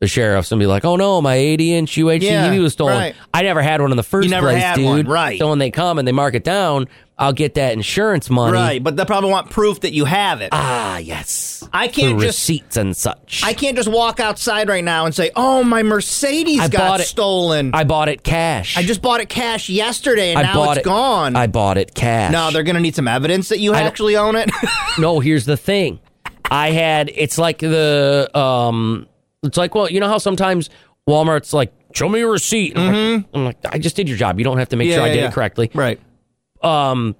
[SPEAKER 1] the sheriff's and be like, "Oh no, my 80 inch UHD
[SPEAKER 2] Yeah,
[SPEAKER 1] TV was stolen."
[SPEAKER 2] right.
[SPEAKER 1] I never had one in the first
[SPEAKER 2] You never
[SPEAKER 1] place,
[SPEAKER 2] had
[SPEAKER 1] dude.
[SPEAKER 2] one, right.
[SPEAKER 1] So when they come and they mark it down, I'll get that insurance money.
[SPEAKER 2] right, but they probably want proof that you have it.
[SPEAKER 1] Ah, yes.
[SPEAKER 2] I can't
[SPEAKER 1] the
[SPEAKER 2] just-
[SPEAKER 1] receipts and such.
[SPEAKER 2] I can't just walk outside right now and say, oh, my Mercedes
[SPEAKER 1] I
[SPEAKER 2] got
[SPEAKER 1] bought it.
[SPEAKER 2] stolen. I,
[SPEAKER 1] I bought it cash.
[SPEAKER 2] just bought it cash yesterday and
[SPEAKER 1] I
[SPEAKER 2] now
[SPEAKER 1] bought
[SPEAKER 2] it's
[SPEAKER 1] it
[SPEAKER 2] gone.
[SPEAKER 1] I bought it cash.
[SPEAKER 2] no, they're going to need some evidence that you
[SPEAKER 1] don't-
[SPEAKER 2] actually own it.
[SPEAKER 1] No, here's the thing. I had it's like the um it's like well, you know how sometimes Walmart's like, show me your receipt. And I'm, like, I'm like, I just did your job. You don't have to make
[SPEAKER 2] Mm-hmm. Yeah,
[SPEAKER 1] sure I
[SPEAKER 2] yeah,
[SPEAKER 1] did
[SPEAKER 2] yeah.
[SPEAKER 1] it correctly.
[SPEAKER 2] right.
[SPEAKER 1] Um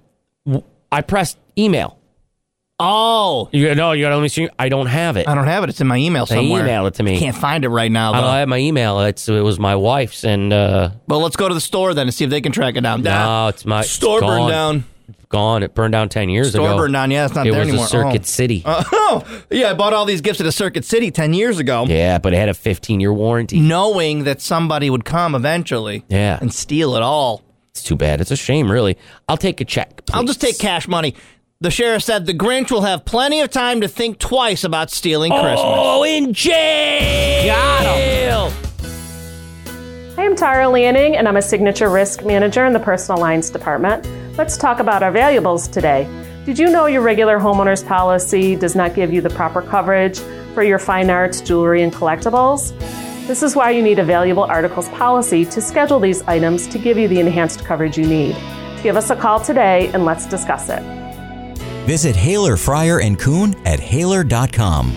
[SPEAKER 1] w- I pressed email.
[SPEAKER 2] Oh,
[SPEAKER 1] You go, no, you gotta let me see I don't have it.
[SPEAKER 2] I don't have it. It's in my email
[SPEAKER 1] They
[SPEAKER 2] somewhere.
[SPEAKER 1] email it to me.
[SPEAKER 2] Can't find it right now,
[SPEAKER 1] I don't
[SPEAKER 2] though.
[SPEAKER 1] have my email. It's it was my wife's and uh
[SPEAKER 2] Well, let's go to the store then and see if they can track it down.
[SPEAKER 1] no,
[SPEAKER 2] Nah.
[SPEAKER 1] it's my it's
[SPEAKER 2] store burned
[SPEAKER 1] gone.
[SPEAKER 2] down.
[SPEAKER 1] Gone. It burned down ten years
[SPEAKER 2] Store
[SPEAKER 1] ago.
[SPEAKER 2] burned down. Yeah, it's not
[SPEAKER 1] it
[SPEAKER 2] there
[SPEAKER 1] was
[SPEAKER 2] anymore.
[SPEAKER 1] a Circuit
[SPEAKER 2] Oh.
[SPEAKER 1] City.
[SPEAKER 2] Oh, yeah. I bought all these gifts at a Circuit City 10 years ago,
[SPEAKER 1] yeah, but it had a fifteen year warranty.
[SPEAKER 2] knowing that somebody would come eventually
[SPEAKER 1] Yeah.
[SPEAKER 2] and steal it all.
[SPEAKER 1] It's too bad. It's a shame, really. I'll take a check.
[SPEAKER 2] I'll just
[SPEAKER 1] please.
[SPEAKER 2] take cash money. The sheriff said the Grinch will have plenty of time to think twice about stealing Christmas.
[SPEAKER 1] Oh, in jail!
[SPEAKER 4] I am Tara Lanning, and I'm a signature risk manager in the personal lines department. Let's talk about our valuables today. Did you know your regular homeowner's policy does not give you the proper coverage for your fine arts, jewelry, and collectibles? This is why you need a valuable articles policy to schedule these items to give you the enhanced coverage you need. Give us a call today and let's discuss it.
[SPEAKER 7] Visit Haler, Fryer, and Kuhn at Haler.com.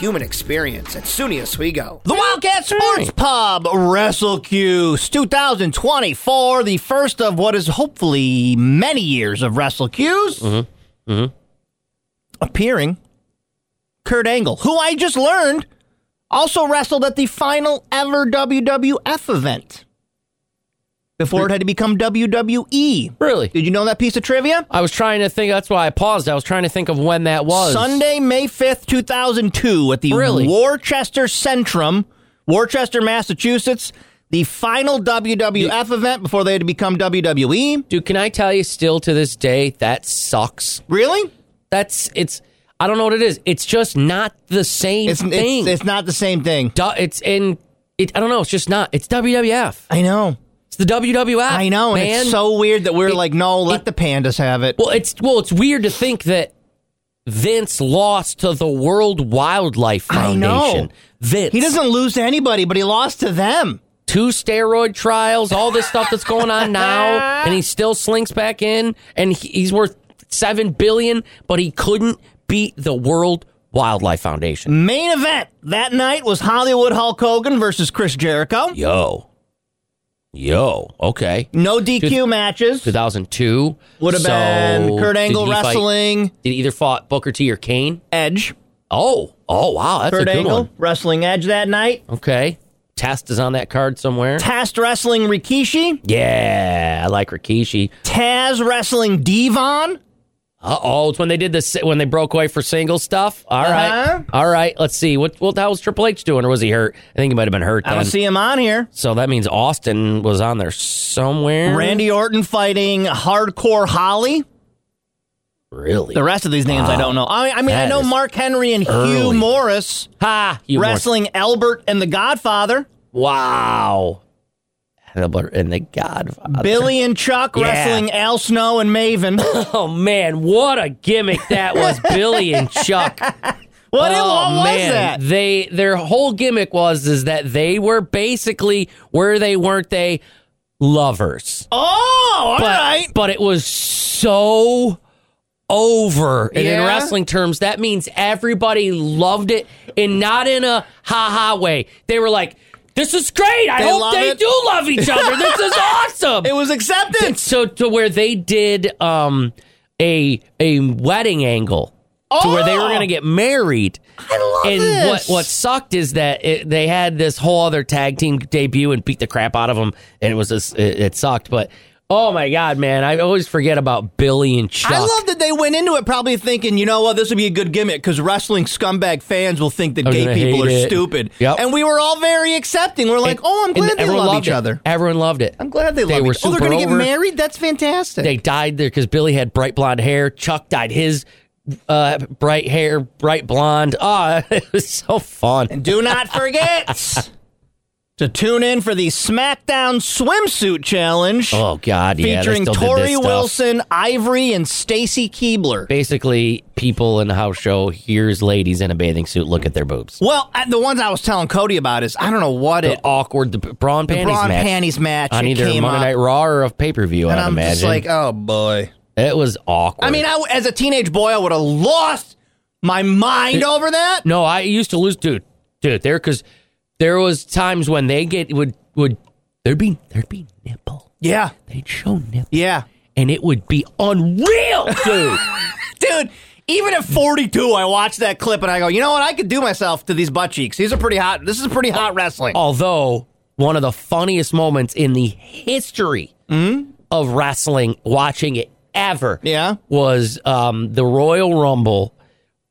[SPEAKER 2] human experience at SUNY Oswego. The Wildcat Sports Pub WrestleCuse 2024, the first of what is hopefully many years of WrestleCuse. Appearing, Kurt Angle, who I just learned also wrestled at the final ever WWF event before it had to become WWE.
[SPEAKER 1] Really?
[SPEAKER 2] Did you know that piece of trivia?
[SPEAKER 1] I was trying to think. That's why I paused. I was trying to think of when that was.
[SPEAKER 2] Sunday, May 5th, 2002, at the
[SPEAKER 1] Really?
[SPEAKER 2] Worcester Centrum, Worcester, Massachusetts, the final WWF event before they had to become E. WWE.
[SPEAKER 1] Dude, can I tell you still to this day, that sucks.
[SPEAKER 2] Really?
[SPEAKER 1] That's, it's, I don't know what it is. It's just not the same
[SPEAKER 2] It's,
[SPEAKER 1] thing.
[SPEAKER 2] it's, it's not the same thing.
[SPEAKER 1] Du- it's in, it, I don't know. It's just not. It's WWF.
[SPEAKER 2] I know.
[SPEAKER 1] It's the WWF.
[SPEAKER 2] I know. And
[SPEAKER 1] Ah, man.
[SPEAKER 2] it's so weird that we're
[SPEAKER 1] It-
[SPEAKER 2] like, no, let
[SPEAKER 1] it-
[SPEAKER 2] the pandas have it.
[SPEAKER 1] Well, it's well, it's weird to think that Vince lost to the World Wildlife
[SPEAKER 2] I
[SPEAKER 1] Foundation.
[SPEAKER 2] know.
[SPEAKER 1] Vince,
[SPEAKER 2] He doesn't lose to anybody, but he lost to them.
[SPEAKER 1] two steroid trials, all this stuff that's going on now, and he still slinks back in, and he- he's worth seven billion, but he couldn't beat the World Wildlife Foundation.
[SPEAKER 2] Main event that night was Hollywood Hulk Hogan versus Chris Jericho.
[SPEAKER 1] Yo. Yo. Okay.
[SPEAKER 2] No DQ matches.
[SPEAKER 1] 2002.
[SPEAKER 2] Would have
[SPEAKER 1] So,
[SPEAKER 2] been Kurt Angle
[SPEAKER 1] did he fight-
[SPEAKER 2] wrestling,
[SPEAKER 1] did he either fought Booker T or Kane?
[SPEAKER 2] Edge.
[SPEAKER 1] Oh. Oh, wow. That's
[SPEAKER 2] Kurt
[SPEAKER 1] a good
[SPEAKER 2] Angle
[SPEAKER 1] one.
[SPEAKER 2] wrestling Edge that night.
[SPEAKER 1] Okay. Test is on that card somewhere.
[SPEAKER 2] Test wrestling Rikishi.
[SPEAKER 1] Yeah. I like Rikishi.
[SPEAKER 2] Taz wrestling Devon.
[SPEAKER 1] Uh oh, it's when they did this when they broke away for single stuff. All right.
[SPEAKER 2] Uh-huh.
[SPEAKER 1] all right. Let's see what what the hell was Triple H doing, or was he hurt? I think he might have been hurt.
[SPEAKER 2] I
[SPEAKER 1] then.
[SPEAKER 2] don't see him on here.
[SPEAKER 1] So that means Austin was on there somewhere.
[SPEAKER 2] Randy Orton fighting Hardcore Holly.
[SPEAKER 1] really?
[SPEAKER 2] The rest of these names I don't know. I, I mean, I
[SPEAKER 1] That
[SPEAKER 2] know
[SPEAKER 1] is
[SPEAKER 2] Mark Henry and Hugh
[SPEAKER 1] early.
[SPEAKER 2] Morris
[SPEAKER 1] ha! You
[SPEAKER 2] wrestling Albert and the Godfather.
[SPEAKER 1] more- wow. Hitler And the Godfather.
[SPEAKER 2] Billy and Chuck
[SPEAKER 1] Yeah.
[SPEAKER 2] wrestling Al Snow and Maven.
[SPEAKER 1] Oh man, what a gimmick that was, Billy and Chuck.
[SPEAKER 2] What, what
[SPEAKER 1] oh
[SPEAKER 2] was
[SPEAKER 1] man,
[SPEAKER 2] that?
[SPEAKER 1] they their whole gimmick was is that they were basically were they weren't they lovers.
[SPEAKER 2] Oh, all right.
[SPEAKER 1] but, but it was so over. And in
[SPEAKER 2] Yeah.
[SPEAKER 1] wrestling terms, that means everybody loved it and not in a ha ha way. They were like, this is great. I
[SPEAKER 2] They
[SPEAKER 1] hope
[SPEAKER 2] love
[SPEAKER 1] they
[SPEAKER 2] it."
[SPEAKER 1] do love each other. This is awesome.
[SPEAKER 2] It was acceptance.
[SPEAKER 1] so to where they did um a a wedding angle to where they were
[SPEAKER 2] Oh.
[SPEAKER 1] going to get married.
[SPEAKER 2] I love
[SPEAKER 1] And
[SPEAKER 2] this.
[SPEAKER 1] what what sucked is that it, they had this whole other tag team debut and beat the crap out of them, and it was just, it, it sucked. But oh my god, man, I always forget about Billy and Chuck.
[SPEAKER 2] I love that they went into it probably thinking, you know what, this would be a good gimmick because wrestling scumbag fans will think that
[SPEAKER 1] I'm
[SPEAKER 2] gay
[SPEAKER 1] gonna
[SPEAKER 2] people are
[SPEAKER 1] hate it.
[SPEAKER 2] stupid.
[SPEAKER 1] Yep.
[SPEAKER 2] And we were all very accepting. We're like,
[SPEAKER 1] And-
[SPEAKER 2] oh, I'm
[SPEAKER 1] and
[SPEAKER 2] glad they
[SPEAKER 1] everyone
[SPEAKER 2] love
[SPEAKER 1] loved
[SPEAKER 2] each
[SPEAKER 1] it.
[SPEAKER 2] other.
[SPEAKER 1] Everyone loved it.
[SPEAKER 2] I'm glad they,
[SPEAKER 1] They
[SPEAKER 2] love
[SPEAKER 1] were
[SPEAKER 2] each other. Oh, they're
[SPEAKER 1] super
[SPEAKER 2] gonna get
[SPEAKER 1] over.
[SPEAKER 2] married? That's fantastic.
[SPEAKER 1] They dyed there because Billy had bright blonde hair. Chuck dyed his uh, bright hair bright blonde. Ah, it was so fun.
[SPEAKER 2] And do not forget to tune in for the SmackDown Swimsuit Challenge
[SPEAKER 1] oh god, yeah, they
[SPEAKER 2] featuring
[SPEAKER 1] still did this
[SPEAKER 2] Tori
[SPEAKER 1] stuff.
[SPEAKER 2] Wilson, Ivory, and Stacy Keebler.
[SPEAKER 1] Basically, people in the house show here's ladies in a bathing suit look at their boobs.
[SPEAKER 2] Well, uh, the ones I was telling Cody about is I don't know what
[SPEAKER 1] The
[SPEAKER 2] it
[SPEAKER 1] awkward the brawn
[SPEAKER 2] the
[SPEAKER 1] panties
[SPEAKER 2] brawn
[SPEAKER 1] match.
[SPEAKER 2] panties match
[SPEAKER 1] on
[SPEAKER 2] it
[SPEAKER 1] either
[SPEAKER 2] came
[SPEAKER 1] Monday
[SPEAKER 2] up,
[SPEAKER 1] Night Raw or a pay per view.
[SPEAKER 2] and
[SPEAKER 1] I'd
[SPEAKER 2] I'm
[SPEAKER 1] imagine
[SPEAKER 2] just like, oh boy.
[SPEAKER 1] it was awkward.
[SPEAKER 2] I mean, I, as a teenage boy, I would have lost my mind over that.
[SPEAKER 1] no, I used to lose, dude, dude, there because there was times when they get would would there'd be there'd be nipple,
[SPEAKER 2] Yeah,
[SPEAKER 1] they'd show nipple,
[SPEAKER 2] yeah,
[SPEAKER 1] and it would be unreal, dude.
[SPEAKER 2] dude. Even at 42, I watched that clip and I go, you know what? I could do myself to these butt cheeks. These are pretty hot. This is pretty hot wrestling.
[SPEAKER 1] Although one of the funniest moments in the history of wrestling, watching it ever,
[SPEAKER 2] Hmm? Yeah.
[SPEAKER 1] was um, the Royal Rumble.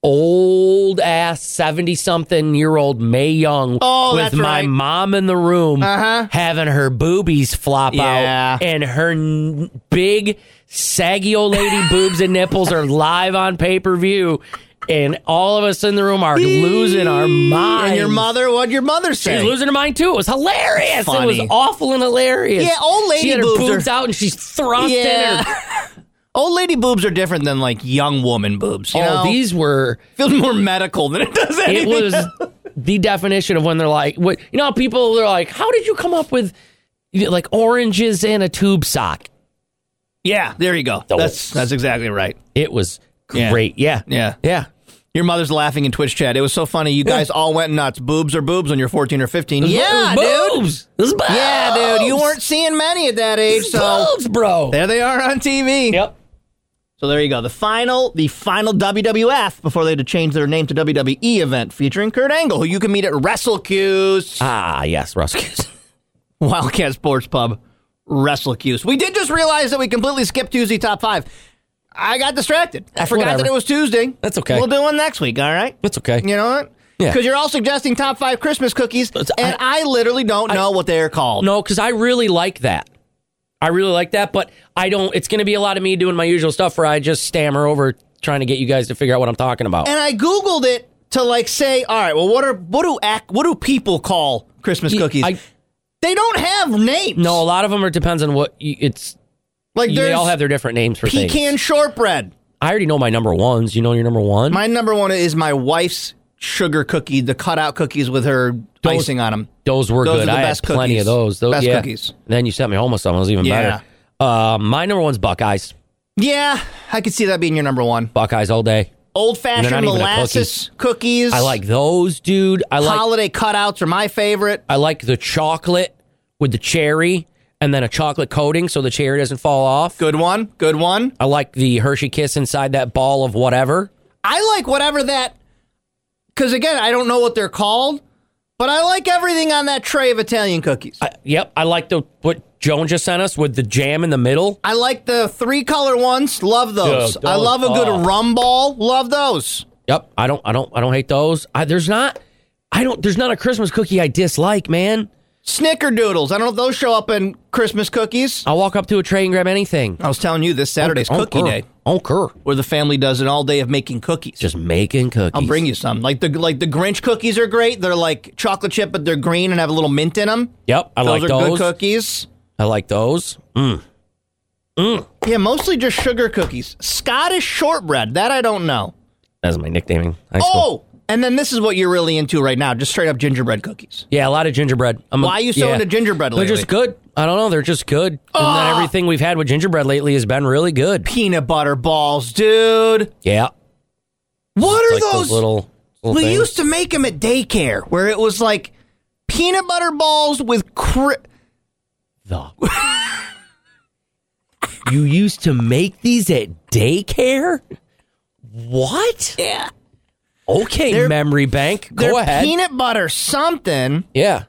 [SPEAKER 1] Old ass seventy something year old May Young
[SPEAKER 2] Oh,
[SPEAKER 1] with
[SPEAKER 2] that's
[SPEAKER 1] my
[SPEAKER 2] right.
[SPEAKER 1] mom in the room
[SPEAKER 2] Uh-huh.
[SPEAKER 1] having her boobies flop
[SPEAKER 2] Yeah.
[SPEAKER 1] out and her n- big saggy old lady boobs and nipples are live on pay per view and all of us in the room are losing our minds.
[SPEAKER 2] And your mother, what'd your mother say?
[SPEAKER 1] She's losing her mind too. It was hilarious. It
[SPEAKER 2] Funny.
[SPEAKER 1] was awful and hilarious.
[SPEAKER 2] Yeah, old lady
[SPEAKER 1] She had her
[SPEAKER 2] boobs
[SPEAKER 1] boobs,
[SPEAKER 2] are-
[SPEAKER 1] out and she's thrusting
[SPEAKER 2] Yeah.
[SPEAKER 1] her.
[SPEAKER 2] Old lady boobs are different than like young woman boobs. You know?
[SPEAKER 1] Oh, these were.
[SPEAKER 2] feels more medical than it does
[SPEAKER 1] It
[SPEAKER 2] anything.
[SPEAKER 1] was the definition of when they're like, what you know, how people are like, how did you come up with you know, like oranges and a tube sock?
[SPEAKER 2] yeah, there you go. That's that's exactly right.
[SPEAKER 1] It was
[SPEAKER 2] Yeah.
[SPEAKER 1] great. Yeah,
[SPEAKER 2] Yeah.
[SPEAKER 1] yeah.
[SPEAKER 2] Your mother's laughing in Twitch chat. It was so funny. You guys all went nuts. Boobs are boobs when you're 14 or 15. Yeah, dude.
[SPEAKER 1] boobs. It was boobs.
[SPEAKER 2] Yeah, dude. You weren't seeing many at that age,
[SPEAKER 1] It was
[SPEAKER 2] so
[SPEAKER 1] boobs, bro.
[SPEAKER 2] there they are on TV.
[SPEAKER 1] Yep.
[SPEAKER 2] So there you go. The final, the final WWF before they had to change their name to WWE event featuring Kurt Angle, who you can meet at WrestleCuse.
[SPEAKER 1] Ah, yes, Ruskins.
[SPEAKER 2] Wildcat Sports Pub, WrestleCuse. We did just realize that we completely skipped Tuesday top five. I got distracted. I forgot
[SPEAKER 1] Whatever.
[SPEAKER 2] that it was Tuesday.
[SPEAKER 1] That's okay.
[SPEAKER 2] We'll do one next week, all right?
[SPEAKER 1] That's okay.
[SPEAKER 2] You know what?
[SPEAKER 1] Yeah.
[SPEAKER 2] Because you're all suggesting top five Christmas cookies,
[SPEAKER 1] It's-
[SPEAKER 2] and I, literally don't know what they are called.
[SPEAKER 1] No, because I really like that. I really like that, but I don't. It's going to be a lot of me doing my usual stuff where I just stammer over trying to get you guys to figure out what I'm talking about.
[SPEAKER 2] And I googled it to like say, all right, well, what are what do ac- what do people call Christmas cookies?
[SPEAKER 1] I,
[SPEAKER 2] they don't have names.
[SPEAKER 1] no, a lot of them are depends on what you, it's.
[SPEAKER 2] like
[SPEAKER 1] They
[SPEAKER 2] there's
[SPEAKER 1] all have their different names for
[SPEAKER 2] pecan
[SPEAKER 1] things.
[SPEAKER 2] shortbread.
[SPEAKER 1] I already know my number ones. You know your number one.
[SPEAKER 2] My number one is my wife's sugar cookie, the cutout cookies with her
[SPEAKER 1] Those-
[SPEAKER 2] icing on them.
[SPEAKER 1] those were
[SPEAKER 2] those
[SPEAKER 1] good.
[SPEAKER 2] are the
[SPEAKER 1] I
[SPEAKER 2] best
[SPEAKER 1] had plenty
[SPEAKER 2] cookies.
[SPEAKER 1] of those. Those
[SPEAKER 2] Best
[SPEAKER 1] yeah.
[SPEAKER 2] cookies.
[SPEAKER 1] Then you sent me home with some. It was even
[SPEAKER 2] Yeah.
[SPEAKER 1] better. Uh, my number one's Buckeyes.
[SPEAKER 2] Yeah, I could see that being your number one.
[SPEAKER 1] Buckeyes all day.
[SPEAKER 2] Old
[SPEAKER 1] They're
[SPEAKER 2] fashioned
[SPEAKER 1] not even a
[SPEAKER 2] molasses cookies.
[SPEAKER 1] I like those, dude. I like
[SPEAKER 2] holiday cutouts are my favorite.
[SPEAKER 1] I like the chocolate with the cherry and then a chocolate coating so the cherry doesn't fall off.
[SPEAKER 2] Good one. Good one.
[SPEAKER 1] I like the Hershey Kiss inside that ball of whatever.
[SPEAKER 2] I like whatever that. Because again, I don't know what they're called, but I like everything on that tray of Italian cookies. I,
[SPEAKER 1] Yep, I like the what Joan just sent us with the jam in the middle.
[SPEAKER 2] like the three color ones. Love those.
[SPEAKER 1] Dude,
[SPEAKER 2] I
[SPEAKER 1] those-
[SPEAKER 2] love a good
[SPEAKER 1] oh.
[SPEAKER 2] rum ball. Love those.
[SPEAKER 1] Yep, I don't I don't I don't hate those. I, there's not I don't there's not a Christmas cookie I dislike, man.
[SPEAKER 2] Snickerdoodles. I don't know if those show up in Christmas cookies.
[SPEAKER 1] I'll walk up to a tray and grab anything.
[SPEAKER 2] I was telling you this Saturday's cookie day,
[SPEAKER 1] Don't care.
[SPEAKER 2] where the family does an all day of making cookies.
[SPEAKER 1] Just making cookies.
[SPEAKER 2] I'll bring you some. Like the like the Grinch cookies are great. They're like chocolate chip, but they're green and have a little mint in them.
[SPEAKER 1] Yep, I
[SPEAKER 2] those
[SPEAKER 1] like
[SPEAKER 2] are good
[SPEAKER 1] those.
[SPEAKER 2] cookies.
[SPEAKER 1] I like those. Mm.
[SPEAKER 2] Yeah, mostly just sugar cookies. Scottish shortbread. That I don't know.
[SPEAKER 1] That's my nicknaming. High school.
[SPEAKER 2] Oh, and then this is what you're really into right now. Just straight up gingerbread cookies.
[SPEAKER 1] Yeah, a lot of gingerbread. I'm a-
[SPEAKER 2] Why are you so
[SPEAKER 1] yeah.
[SPEAKER 2] into gingerbread
[SPEAKER 1] They're
[SPEAKER 2] lately? Ah!
[SPEAKER 1] just good. I don't know. They're just good. And then everything we've had with gingerbread lately has been really good.
[SPEAKER 2] Peanut butter balls, dude.
[SPEAKER 1] Yeah.
[SPEAKER 2] What are
[SPEAKER 1] Like those, little, little
[SPEAKER 2] we
[SPEAKER 1] things.
[SPEAKER 2] used to make them at daycare where it was like peanut butter balls with cri-
[SPEAKER 1] The- you used to make these at daycare? What?
[SPEAKER 2] yeah,
[SPEAKER 1] Okay,
[SPEAKER 2] They're-
[SPEAKER 1] memory bank.
[SPEAKER 2] they're
[SPEAKER 1] Go ahead.
[SPEAKER 2] peanut butter something.
[SPEAKER 1] yeah.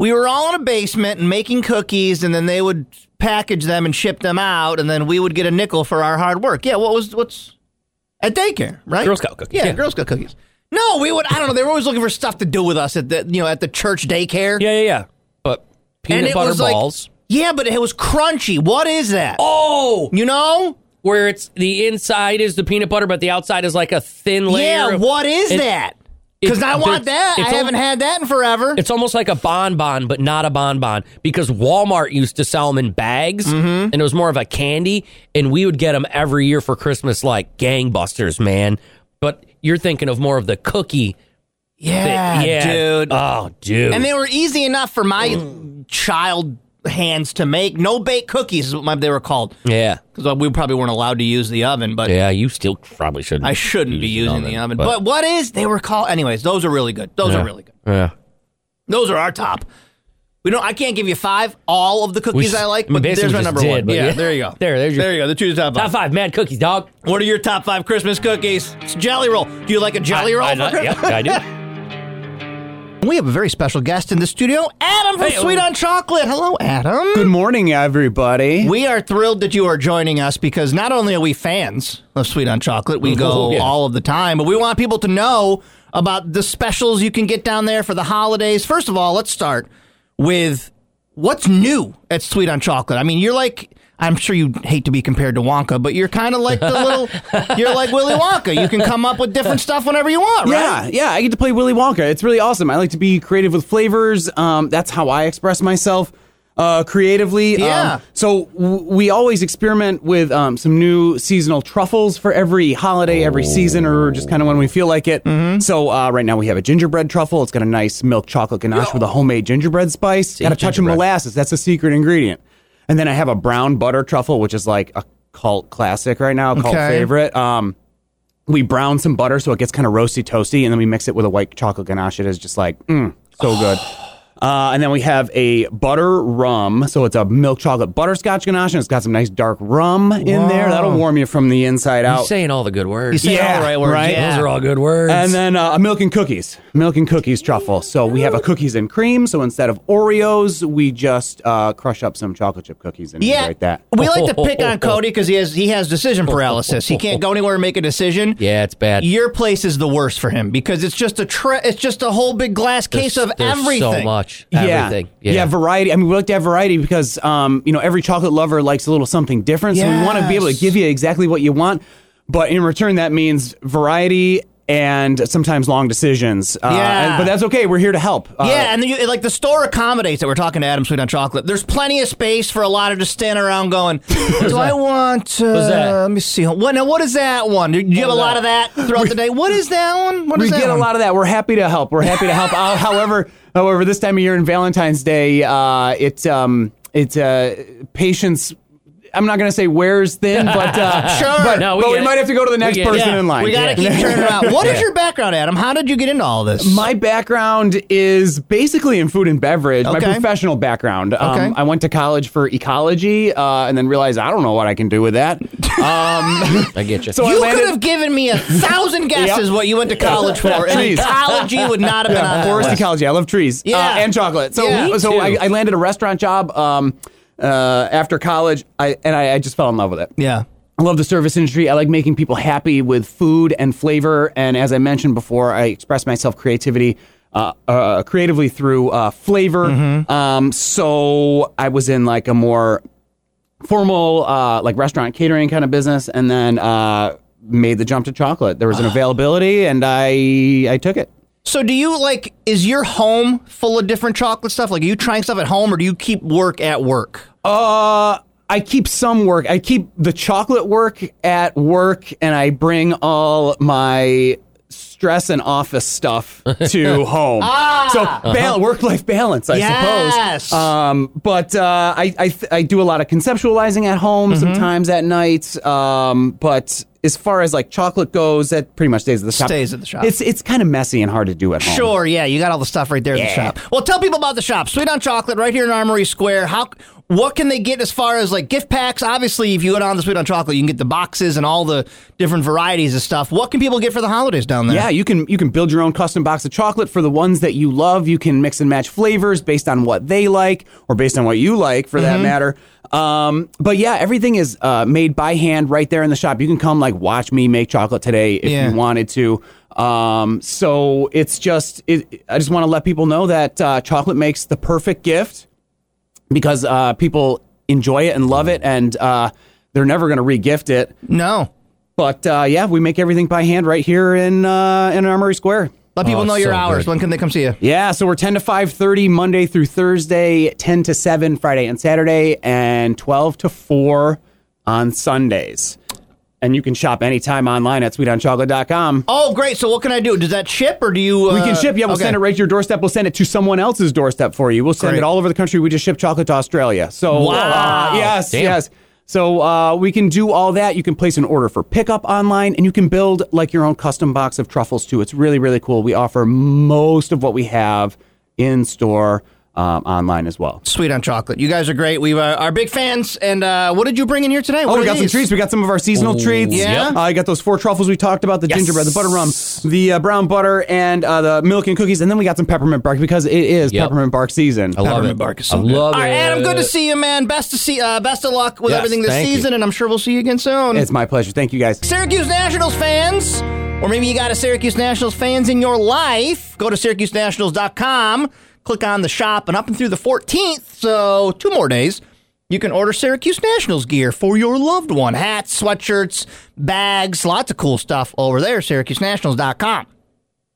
[SPEAKER 2] We were all in a basement and making cookies, and then they would package them and ship them out, and then we would get a nickel for our hard work. Yeah, what was what's at daycare, right?
[SPEAKER 1] Girl Scout cookies,
[SPEAKER 2] Yeah,
[SPEAKER 1] yeah.
[SPEAKER 2] Girl Scout cookies. No, we would. I don't know. They were always looking for stuff to do with us at the you know at the church daycare.
[SPEAKER 1] Yeah, yeah, yeah. But peanut
[SPEAKER 2] And it
[SPEAKER 1] butter
[SPEAKER 2] was like-
[SPEAKER 1] balls.
[SPEAKER 2] yeah, but it was crunchy. What is that?
[SPEAKER 1] oh,
[SPEAKER 2] You know?
[SPEAKER 1] where it's the inside is the peanut butter, but the outside is like a thin layer.
[SPEAKER 2] Yeah,
[SPEAKER 1] of-
[SPEAKER 2] what is
[SPEAKER 1] it-
[SPEAKER 2] that? Because
[SPEAKER 1] it-
[SPEAKER 2] I
[SPEAKER 1] it's-
[SPEAKER 2] want that. I
[SPEAKER 1] it's al-
[SPEAKER 2] haven't had that in forever.
[SPEAKER 1] It's almost like a bonbon, but not a bonbon because Walmart used to sell them in bags
[SPEAKER 2] Mm-hmm.
[SPEAKER 1] and it was more of a candy. And we would get them every year for Christmas, like gangbusters, man. But you're thinking of more of the cookie.
[SPEAKER 2] Yeah, Ah, dude.
[SPEAKER 1] Oh, dude.
[SPEAKER 2] and they were easy enough for my child hands to make. No bake cookies is what my, they were called.
[SPEAKER 1] yeah.
[SPEAKER 2] Because we probably weren't allowed to use the oven, but
[SPEAKER 1] Yeah, you still probably shouldn't.
[SPEAKER 2] I shouldn't be
[SPEAKER 1] use
[SPEAKER 2] using the oven. But, what is they were called? Anyways, those are really good. Those
[SPEAKER 1] Yeah.
[SPEAKER 2] are really good.
[SPEAKER 1] yeah.
[SPEAKER 2] Those are our top. We don't. I can't give you five. All of the cookies
[SPEAKER 1] We s-
[SPEAKER 2] I like,
[SPEAKER 1] I mean,
[SPEAKER 2] but there's
[SPEAKER 1] basically
[SPEAKER 2] my
[SPEAKER 1] just
[SPEAKER 2] number
[SPEAKER 1] did,
[SPEAKER 2] one.
[SPEAKER 1] but
[SPEAKER 2] Yeah,
[SPEAKER 1] yeah.
[SPEAKER 2] there you go.
[SPEAKER 1] There, there's your-
[SPEAKER 2] there you go. The two top
[SPEAKER 1] Top
[SPEAKER 2] five.
[SPEAKER 1] five mad cookies, dog.
[SPEAKER 2] What are your top five Christmas cookies? It's Jelly roll. Do you like a jelly roll?
[SPEAKER 1] I,
[SPEAKER 2] for
[SPEAKER 1] I,
[SPEAKER 2] Christmas?
[SPEAKER 1] yep, I do.
[SPEAKER 2] We have a very special guest in the studio, Adam from
[SPEAKER 1] Hey,
[SPEAKER 2] Sweet
[SPEAKER 1] oh.
[SPEAKER 2] on Chocolate. Hello, Adam.
[SPEAKER 8] Good morning, everybody.
[SPEAKER 2] We are thrilled that you are joining us because not only are we fans of Sweet on Chocolate, we go
[SPEAKER 1] yeah.
[SPEAKER 2] all of the time, but we want people to know about the specials you can get down there for the holidays. First of all, let's start with what's new at Sweet on Chocolate. I mean, you're like. I'm sure you hate to be compared to Wonka, but you're kind of like the little, you're like Willy Wonka. You can come up with different stuff whenever you want, right?
[SPEAKER 8] yeah, yeah, I get to play Willy Wonka. It's really awesome. I like to be creative with flavors. Um, that's how I express myself uh, creatively. Um,
[SPEAKER 2] Yeah.
[SPEAKER 8] so w- we always experiment with um, some new seasonal truffles for every holiday, every season, or just kind of when we feel like it.
[SPEAKER 2] Mm-hmm.
[SPEAKER 8] So uh, right now we have a gingerbread truffle. It's got a nice milk chocolate ganache with a homemade gingerbread spice. got a touch of
[SPEAKER 1] gingerbread.
[SPEAKER 8] molasses. That's a secret ingredient. And then I have a brown butter truffle, which is like a cult classic right now, cult
[SPEAKER 2] Okay.
[SPEAKER 8] favorite. Um, we brown some butter so it gets kind of roasty toasty, and then we mix it with a white chocolate ganache. It is just like mm, so good. Uh, and then we have a butter rum, so it's a milk chocolate butterscotch ganache, and it's got some nice dark rum in there. That'll warm you from the inside
[SPEAKER 1] You're
[SPEAKER 8] out.
[SPEAKER 1] saying all the good words.
[SPEAKER 8] saying all the right words, yeah.
[SPEAKER 1] Those are all good words.
[SPEAKER 8] And then uh, a milk and cookies, milk and cookies truffle. So we have a cookies and cream. So instead of Oreos, we just uh, crush up some chocolate chip cookies and
[SPEAKER 2] Yeah,
[SPEAKER 8] like that.
[SPEAKER 2] we like to pick on Cody because he has he has decision paralysis. He can't go anywhere and make a decision.
[SPEAKER 1] yeah, it's bad.
[SPEAKER 2] Your place is the worst for him because it's just a tre- it's just a whole big glass case of
[SPEAKER 1] There's
[SPEAKER 2] everything.
[SPEAKER 1] So much. Everything.
[SPEAKER 8] Yeah. variety. I mean, we like to have variety because, um, you know, every chocolate lover likes a little something different. So we want to be able to
[SPEAKER 2] Yes.
[SPEAKER 8] give you exactly what you want. But in return, that means variety and sometimes long decisions. Uh,
[SPEAKER 2] Yeah.
[SPEAKER 8] and- but that's okay. We're here to help. Uh,
[SPEAKER 2] yeah, and then you, like the store accommodates that we're talking to Adam Sweet on Chocolate. There's plenty of space for a lot of just standing around going, "Do I want? Uh,
[SPEAKER 1] that?
[SPEAKER 2] Let me see. What now? What is that one? Do you have a lot of that throughout the day? What is that one? What
[SPEAKER 8] we
[SPEAKER 2] is that
[SPEAKER 8] get a
[SPEAKER 2] one?
[SPEAKER 8] lot of that. We're happy to help. We're happy to help.
[SPEAKER 5] Uh,
[SPEAKER 8] out. However, however, this time of year in Valentine's Day, uh, it's um, it's uh, patience
[SPEAKER 5] I'm not gonna say where's thin, but uh,
[SPEAKER 2] Sure.
[SPEAKER 5] but,
[SPEAKER 2] No, we
[SPEAKER 5] but we
[SPEAKER 2] get it.
[SPEAKER 5] might have to go to the
[SPEAKER 2] We
[SPEAKER 5] next
[SPEAKER 2] get it.
[SPEAKER 5] person
[SPEAKER 2] Yeah.
[SPEAKER 5] in line.
[SPEAKER 2] We gotta keep turning around. What is your background, Adam? How did you get into all this?
[SPEAKER 5] My background is basically in food and beverage.
[SPEAKER 2] Okay.
[SPEAKER 5] My professional background. Um,
[SPEAKER 2] Okay.
[SPEAKER 5] I went to college for ecology, uh, and then realized I don't know what I can do with that. Um,
[SPEAKER 1] I get
[SPEAKER 5] So I
[SPEAKER 2] you
[SPEAKER 5] landed-
[SPEAKER 2] could have given me a thousand guesses what you went to college for, and
[SPEAKER 5] Trees.
[SPEAKER 2] ecology would not have been
[SPEAKER 5] Yeah,
[SPEAKER 2] on that
[SPEAKER 5] forest
[SPEAKER 2] list.
[SPEAKER 5] ecology. I love trees.
[SPEAKER 2] Yeah.
[SPEAKER 5] Uh, and chocolate. So
[SPEAKER 2] Yeah. Me
[SPEAKER 5] so I,
[SPEAKER 2] too.
[SPEAKER 5] I landed a restaurant job um, uh, after college, I, and I, I just fell in love with it.
[SPEAKER 2] Yeah.
[SPEAKER 5] I love the service industry. I like making people happy with food and flavor. And as I mentioned before, I express myself creativity. Uh, uh, creatively through uh, flavor. Um, so I was in like a more formal uh, like restaurant catering kind of business, and then uh, made the jump to chocolate. There was
[SPEAKER 2] Ah.
[SPEAKER 5] an availability, and I I took it.
[SPEAKER 2] So do you like? Is your home full of different chocolate stuff? Like, are you trying stuff at home, or do you keep work at work?
[SPEAKER 5] Uh, I keep some work. I keep the chocolate work at work, and I bring all my stress and office stuff to home. So bal- work-life balance, I
[SPEAKER 2] Ah. Yes.
[SPEAKER 5] suppose. Um, but uh, I I, th- I do a lot of conceptualizing at home sometimes at night. Um, but as far as like chocolate goes, that pretty much stays at the shop.
[SPEAKER 2] Stays at the shop.
[SPEAKER 5] It's it's kind of messy and hard to do at home.
[SPEAKER 2] Sure, yeah, you got all the stuff right there in the
[SPEAKER 5] Yeah.
[SPEAKER 2] shop. Well, tell people about the shop, Sweet on Chocolate, right here in Armory Square. How, what can they get as far as like gift packs? Obviously, if you go down to Sweet on Chocolate, you can get the boxes and all the different varieties of stuff. What can people get for the holidays down there?
[SPEAKER 5] Yeah, you can you can build your own custom box of chocolate for the ones that you love. You can mix and match flavors based on what they like or based on what you like for
[SPEAKER 2] Mm-hmm.
[SPEAKER 5] that matter. Um, but yeah, everything is uh, made by hand right there in the shop. You can come like watch me make chocolate today if
[SPEAKER 2] Yeah.
[SPEAKER 5] you wanted to. Um, so it's just it, I just want to let people know that uh, chocolate makes the perfect gift because uh, people enjoy it and love it and uh, they're never going to regift it.
[SPEAKER 2] No,
[SPEAKER 5] But uh, yeah, we make everything by hand right here in uh, in Armory Square.
[SPEAKER 2] let people
[SPEAKER 1] Oh,
[SPEAKER 2] know
[SPEAKER 1] it's
[SPEAKER 2] your
[SPEAKER 1] so
[SPEAKER 2] hours.
[SPEAKER 1] good.
[SPEAKER 2] When can they come see you?
[SPEAKER 5] Yeah, so we're ten to five thirty Monday through Thursday, ten to seven Friday and Saturday, and twelve to four on Sundays. And you can shop anytime online at sweetonchocolate.com.
[SPEAKER 2] Oh, great. So what can I do? Does that ship, or do you? Uh,
[SPEAKER 5] We can ship. Yeah, we'll
[SPEAKER 2] okay.
[SPEAKER 5] send it right to your doorstep. We'll send it to someone else's doorstep for you. We'll send
[SPEAKER 2] Great.
[SPEAKER 5] it all over the country. We just ship chocolate to Australia. So
[SPEAKER 2] Wow.
[SPEAKER 5] uh, yes,
[SPEAKER 1] Damn.
[SPEAKER 5] yes. So uh, we can do all that. You can place an order for pickup online, and you can build like your own custom box of truffles too. It's really really cool. We offer most of what we have in store um, online as well.
[SPEAKER 2] Sweet on Chocolate. You guys are great. We uh, are big fans. And uh, what did you bring in here today? What
[SPEAKER 5] Oh, we
[SPEAKER 2] are
[SPEAKER 5] got some
[SPEAKER 2] these?
[SPEAKER 5] treats. We got some of our seasonal treats.
[SPEAKER 2] Yeah.
[SPEAKER 5] Uh, I got those four truffles we talked about: the gingerbread, the butter rum, the uh, brown butter, and uh, the milk and cookies. And then we got some peppermint bark because it is
[SPEAKER 1] Yep.
[SPEAKER 5] peppermint bark season.
[SPEAKER 1] I love it.
[SPEAKER 2] bark is
[SPEAKER 1] I love
[SPEAKER 2] All right,
[SPEAKER 1] it.
[SPEAKER 2] Adam. Good to see you, man. Best to see. Uh, best of luck with
[SPEAKER 1] Yes,
[SPEAKER 2] everything this
[SPEAKER 1] thank you.
[SPEAKER 2] season, and I'm sure we'll see you again soon.
[SPEAKER 5] It's my pleasure. Thank you guys.
[SPEAKER 2] Syracuse Nationals fans, or maybe you got a Syracuse Nationals fans in your life. Go to syracusenationals.com, click on the shop, and up and through the 14th, so two more days, you can order Syracuse Nationals gear for your loved one. Hats, sweatshirts, bags, lots of cool stuff over there. syracusenationals.com.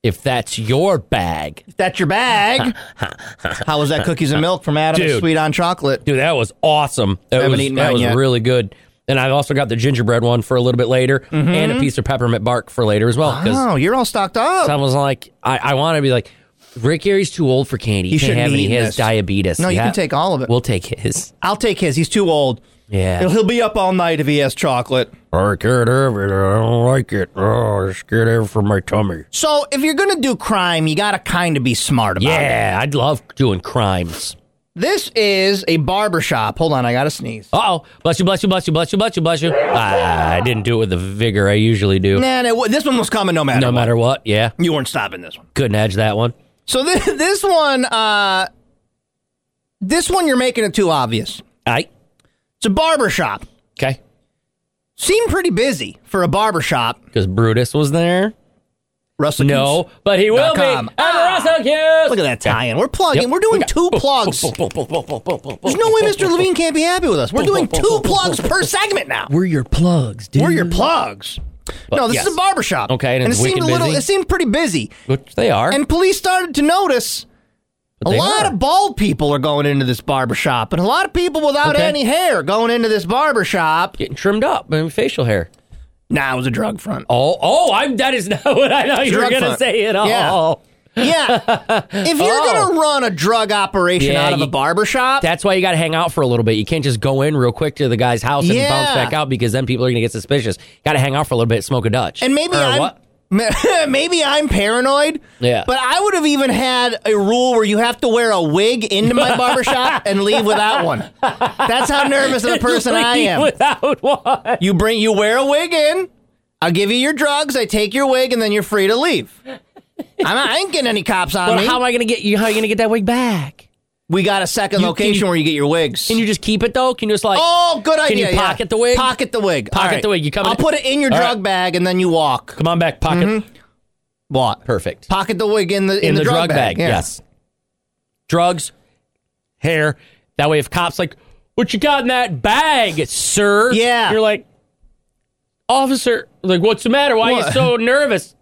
[SPEAKER 1] If that's your bag,
[SPEAKER 2] If that's your bag, how was that cookies and milk from Adam and
[SPEAKER 1] Dude.
[SPEAKER 2] Sweet on Chocolate?
[SPEAKER 1] dude, that was awesome. That
[SPEAKER 2] Haven't
[SPEAKER 1] was,
[SPEAKER 2] eaten
[SPEAKER 1] that
[SPEAKER 2] mine
[SPEAKER 1] was
[SPEAKER 2] yet.
[SPEAKER 1] really good. And I also got the gingerbread one for a little bit later, and a piece of peppermint bark for later as well. 'cause
[SPEAKER 2] Oh, you're all stocked up.
[SPEAKER 1] I was like, I, I want to be like, Rick Gary's too old for candy.
[SPEAKER 2] He
[SPEAKER 1] He can't
[SPEAKER 2] shouldn't
[SPEAKER 1] have
[SPEAKER 2] be
[SPEAKER 1] any. He
[SPEAKER 2] eating
[SPEAKER 1] has
[SPEAKER 2] this.
[SPEAKER 1] diabetes.
[SPEAKER 2] No, you
[SPEAKER 1] Yeah.
[SPEAKER 2] can take all of it.
[SPEAKER 1] We'll take his.
[SPEAKER 2] I'll take his. He's too old.
[SPEAKER 1] Yeah.
[SPEAKER 2] He'll- He'll be up all night if he has chocolate.
[SPEAKER 1] I can't have it. I don't like it. Oh, I just can't have it for my tummy.
[SPEAKER 2] So if you're gonna do crime, you gotta kind of be smart about it.
[SPEAKER 1] Yeah, I'd love doing crimes.
[SPEAKER 2] This is a barber shop. Hold on, I gotta sneeze.
[SPEAKER 1] Uh oh. Bless you, bless you, bless you, bless you, bless you, bless you. Ah, I didn't do it with the vigor I usually do.
[SPEAKER 2] Nah, nah, wh- this one was coming no matter.
[SPEAKER 1] No
[SPEAKER 2] what.
[SPEAKER 1] matter what. Yeah.
[SPEAKER 2] You weren't stopping this one.
[SPEAKER 1] Couldn't edge that one.
[SPEAKER 2] So this, this one, uh, this one, you're making it too obvious.
[SPEAKER 1] I.
[SPEAKER 2] It's a barber shop.
[SPEAKER 1] Okay.
[SPEAKER 2] Seemed pretty busy for a barber shop.
[SPEAKER 1] Because Brutus was there.
[SPEAKER 2] Russell,
[SPEAKER 1] No, but he will be.
[SPEAKER 2] com.
[SPEAKER 1] I'm Russell Hughes.
[SPEAKER 2] look at that tie-in. We're plugging.
[SPEAKER 1] Yep.
[SPEAKER 2] We're doing
[SPEAKER 1] Look at-
[SPEAKER 2] two
[SPEAKER 1] boom,
[SPEAKER 2] plugs.
[SPEAKER 1] boom, boom, boom, boom, boom, boom, boom,
[SPEAKER 2] There's
[SPEAKER 1] boom,
[SPEAKER 2] no way
[SPEAKER 1] boom,
[SPEAKER 2] Mr.
[SPEAKER 1] boom,
[SPEAKER 2] Levine can't be happy with us. We're doing two plugs per segment now.
[SPEAKER 1] We're your plugs, dude.
[SPEAKER 2] We're your plugs. No, this
[SPEAKER 1] yes.
[SPEAKER 2] is a barber shop.
[SPEAKER 1] Okay, and
[SPEAKER 2] and it
[SPEAKER 1] it's
[SPEAKER 2] seemed a
[SPEAKER 1] wicked
[SPEAKER 2] little.
[SPEAKER 1] busy?
[SPEAKER 2] It seemed pretty busy.
[SPEAKER 1] Which they are.
[SPEAKER 2] And police started to notice
[SPEAKER 1] but
[SPEAKER 2] a
[SPEAKER 1] they
[SPEAKER 2] lot
[SPEAKER 1] are.
[SPEAKER 2] of bald people are going into this barbershop, and a lot of people without
[SPEAKER 1] Okay.
[SPEAKER 2] any hair going into this barbershop.
[SPEAKER 1] getting trimmed up and facial hair.
[SPEAKER 2] Nah, it was a drug front.
[SPEAKER 1] Oh, oh, I'm. That is not what I thought you were
[SPEAKER 2] Drug
[SPEAKER 1] going to
[SPEAKER 2] front.
[SPEAKER 1] say at all.
[SPEAKER 2] Yeah. Yeah. If you're
[SPEAKER 1] Oh.
[SPEAKER 2] going to run a drug operation out of a barber shop.
[SPEAKER 1] That's why you got to hang out for a little bit. You can't just go in real quick to the guy's house and bounce
[SPEAKER 2] Yeah.
[SPEAKER 1] back out because then people are going to get suspicious. Got to hang out for a little bit, smoke a Dutch.
[SPEAKER 2] And maybe
[SPEAKER 1] Or
[SPEAKER 2] I'm
[SPEAKER 1] what?
[SPEAKER 2] maybe I'm paranoid.
[SPEAKER 1] Yeah.
[SPEAKER 2] But I would have even had a rule where you have to wear a wig into my barbershop and leave without one. That's how nervous of a person I
[SPEAKER 1] Leave
[SPEAKER 2] am.
[SPEAKER 1] Without one.
[SPEAKER 2] You bring you wear a wig in, I'll give you your drugs, I take your wig, and then you're free to leave. I'm not, I ain't getting any cops on
[SPEAKER 1] But
[SPEAKER 2] me.
[SPEAKER 1] how am I going to get you? How are you going to get that wig back?
[SPEAKER 2] we got a second
[SPEAKER 1] You-
[SPEAKER 2] location
[SPEAKER 1] can you-
[SPEAKER 2] where you get your wigs.
[SPEAKER 1] Can you just keep it though? Can you just like
[SPEAKER 2] oh, good
[SPEAKER 1] can
[SPEAKER 2] idea.
[SPEAKER 1] you
[SPEAKER 2] yeah.
[SPEAKER 1] pocket the wig?
[SPEAKER 2] Pocket the wig. All
[SPEAKER 1] Pocket
[SPEAKER 2] right.
[SPEAKER 1] the wig. You come. in-
[SPEAKER 2] I'll put it in your
[SPEAKER 1] All
[SPEAKER 2] drug
[SPEAKER 1] right.
[SPEAKER 2] bag and then you walk.
[SPEAKER 1] Come on back. Pocket.
[SPEAKER 2] Mm-hmm. What?
[SPEAKER 1] Perfect.
[SPEAKER 2] Pocket the wig in the in,
[SPEAKER 1] in, the, drug, bag.
[SPEAKER 2] yeah.
[SPEAKER 1] Yes. Drugs, hair. That way, if cops like, what you got in that bag, sir?
[SPEAKER 2] Yeah.
[SPEAKER 1] You're like, officer, like, what's the matter? Why are you
[SPEAKER 2] What?
[SPEAKER 1] so nervous?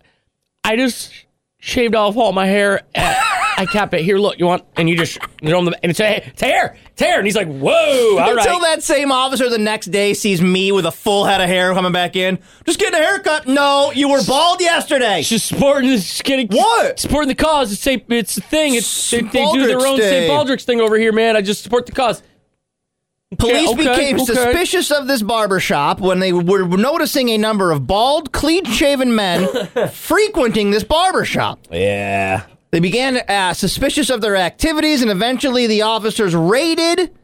[SPEAKER 1] I just shaved off all my hair. and I kept it. Here, look, you want? And you just, you know, and it's, hey, it's hair, it's hair. And he's like, whoa, all
[SPEAKER 2] Until
[SPEAKER 1] right.
[SPEAKER 2] that same officer the next day sees me with a full head of hair coming back in. Just getting a haircut. No, you were bald yesterday.
[SPEAKER 1] Just sporting the skinny.
[SPEAKER 2] What?
[SPEAKER 1] Supporting the cause. It's a, it's a thing. It's they, they do their
[SPEAKER 2] Baldrick's
[SPEAKER 1] own
[SPEAKER 2] Day.
[SPEAKER 1] St. Baldrick's thing over here, man. I just support the cause.
[SPEAKER 2] Police
[SPEAKER 1] okay,
[SPEAKER 2] became
[SPEAKER 1] okay.
[SPEAKER 2] suspicious of this barber shop when they were noticing a number of bald, clean shaven men frequenting this barber shop.
[SPEAKER 1] Yeah.
[SPEAKER 2] They began uh, suspicious of their activities, and eventually the officers raided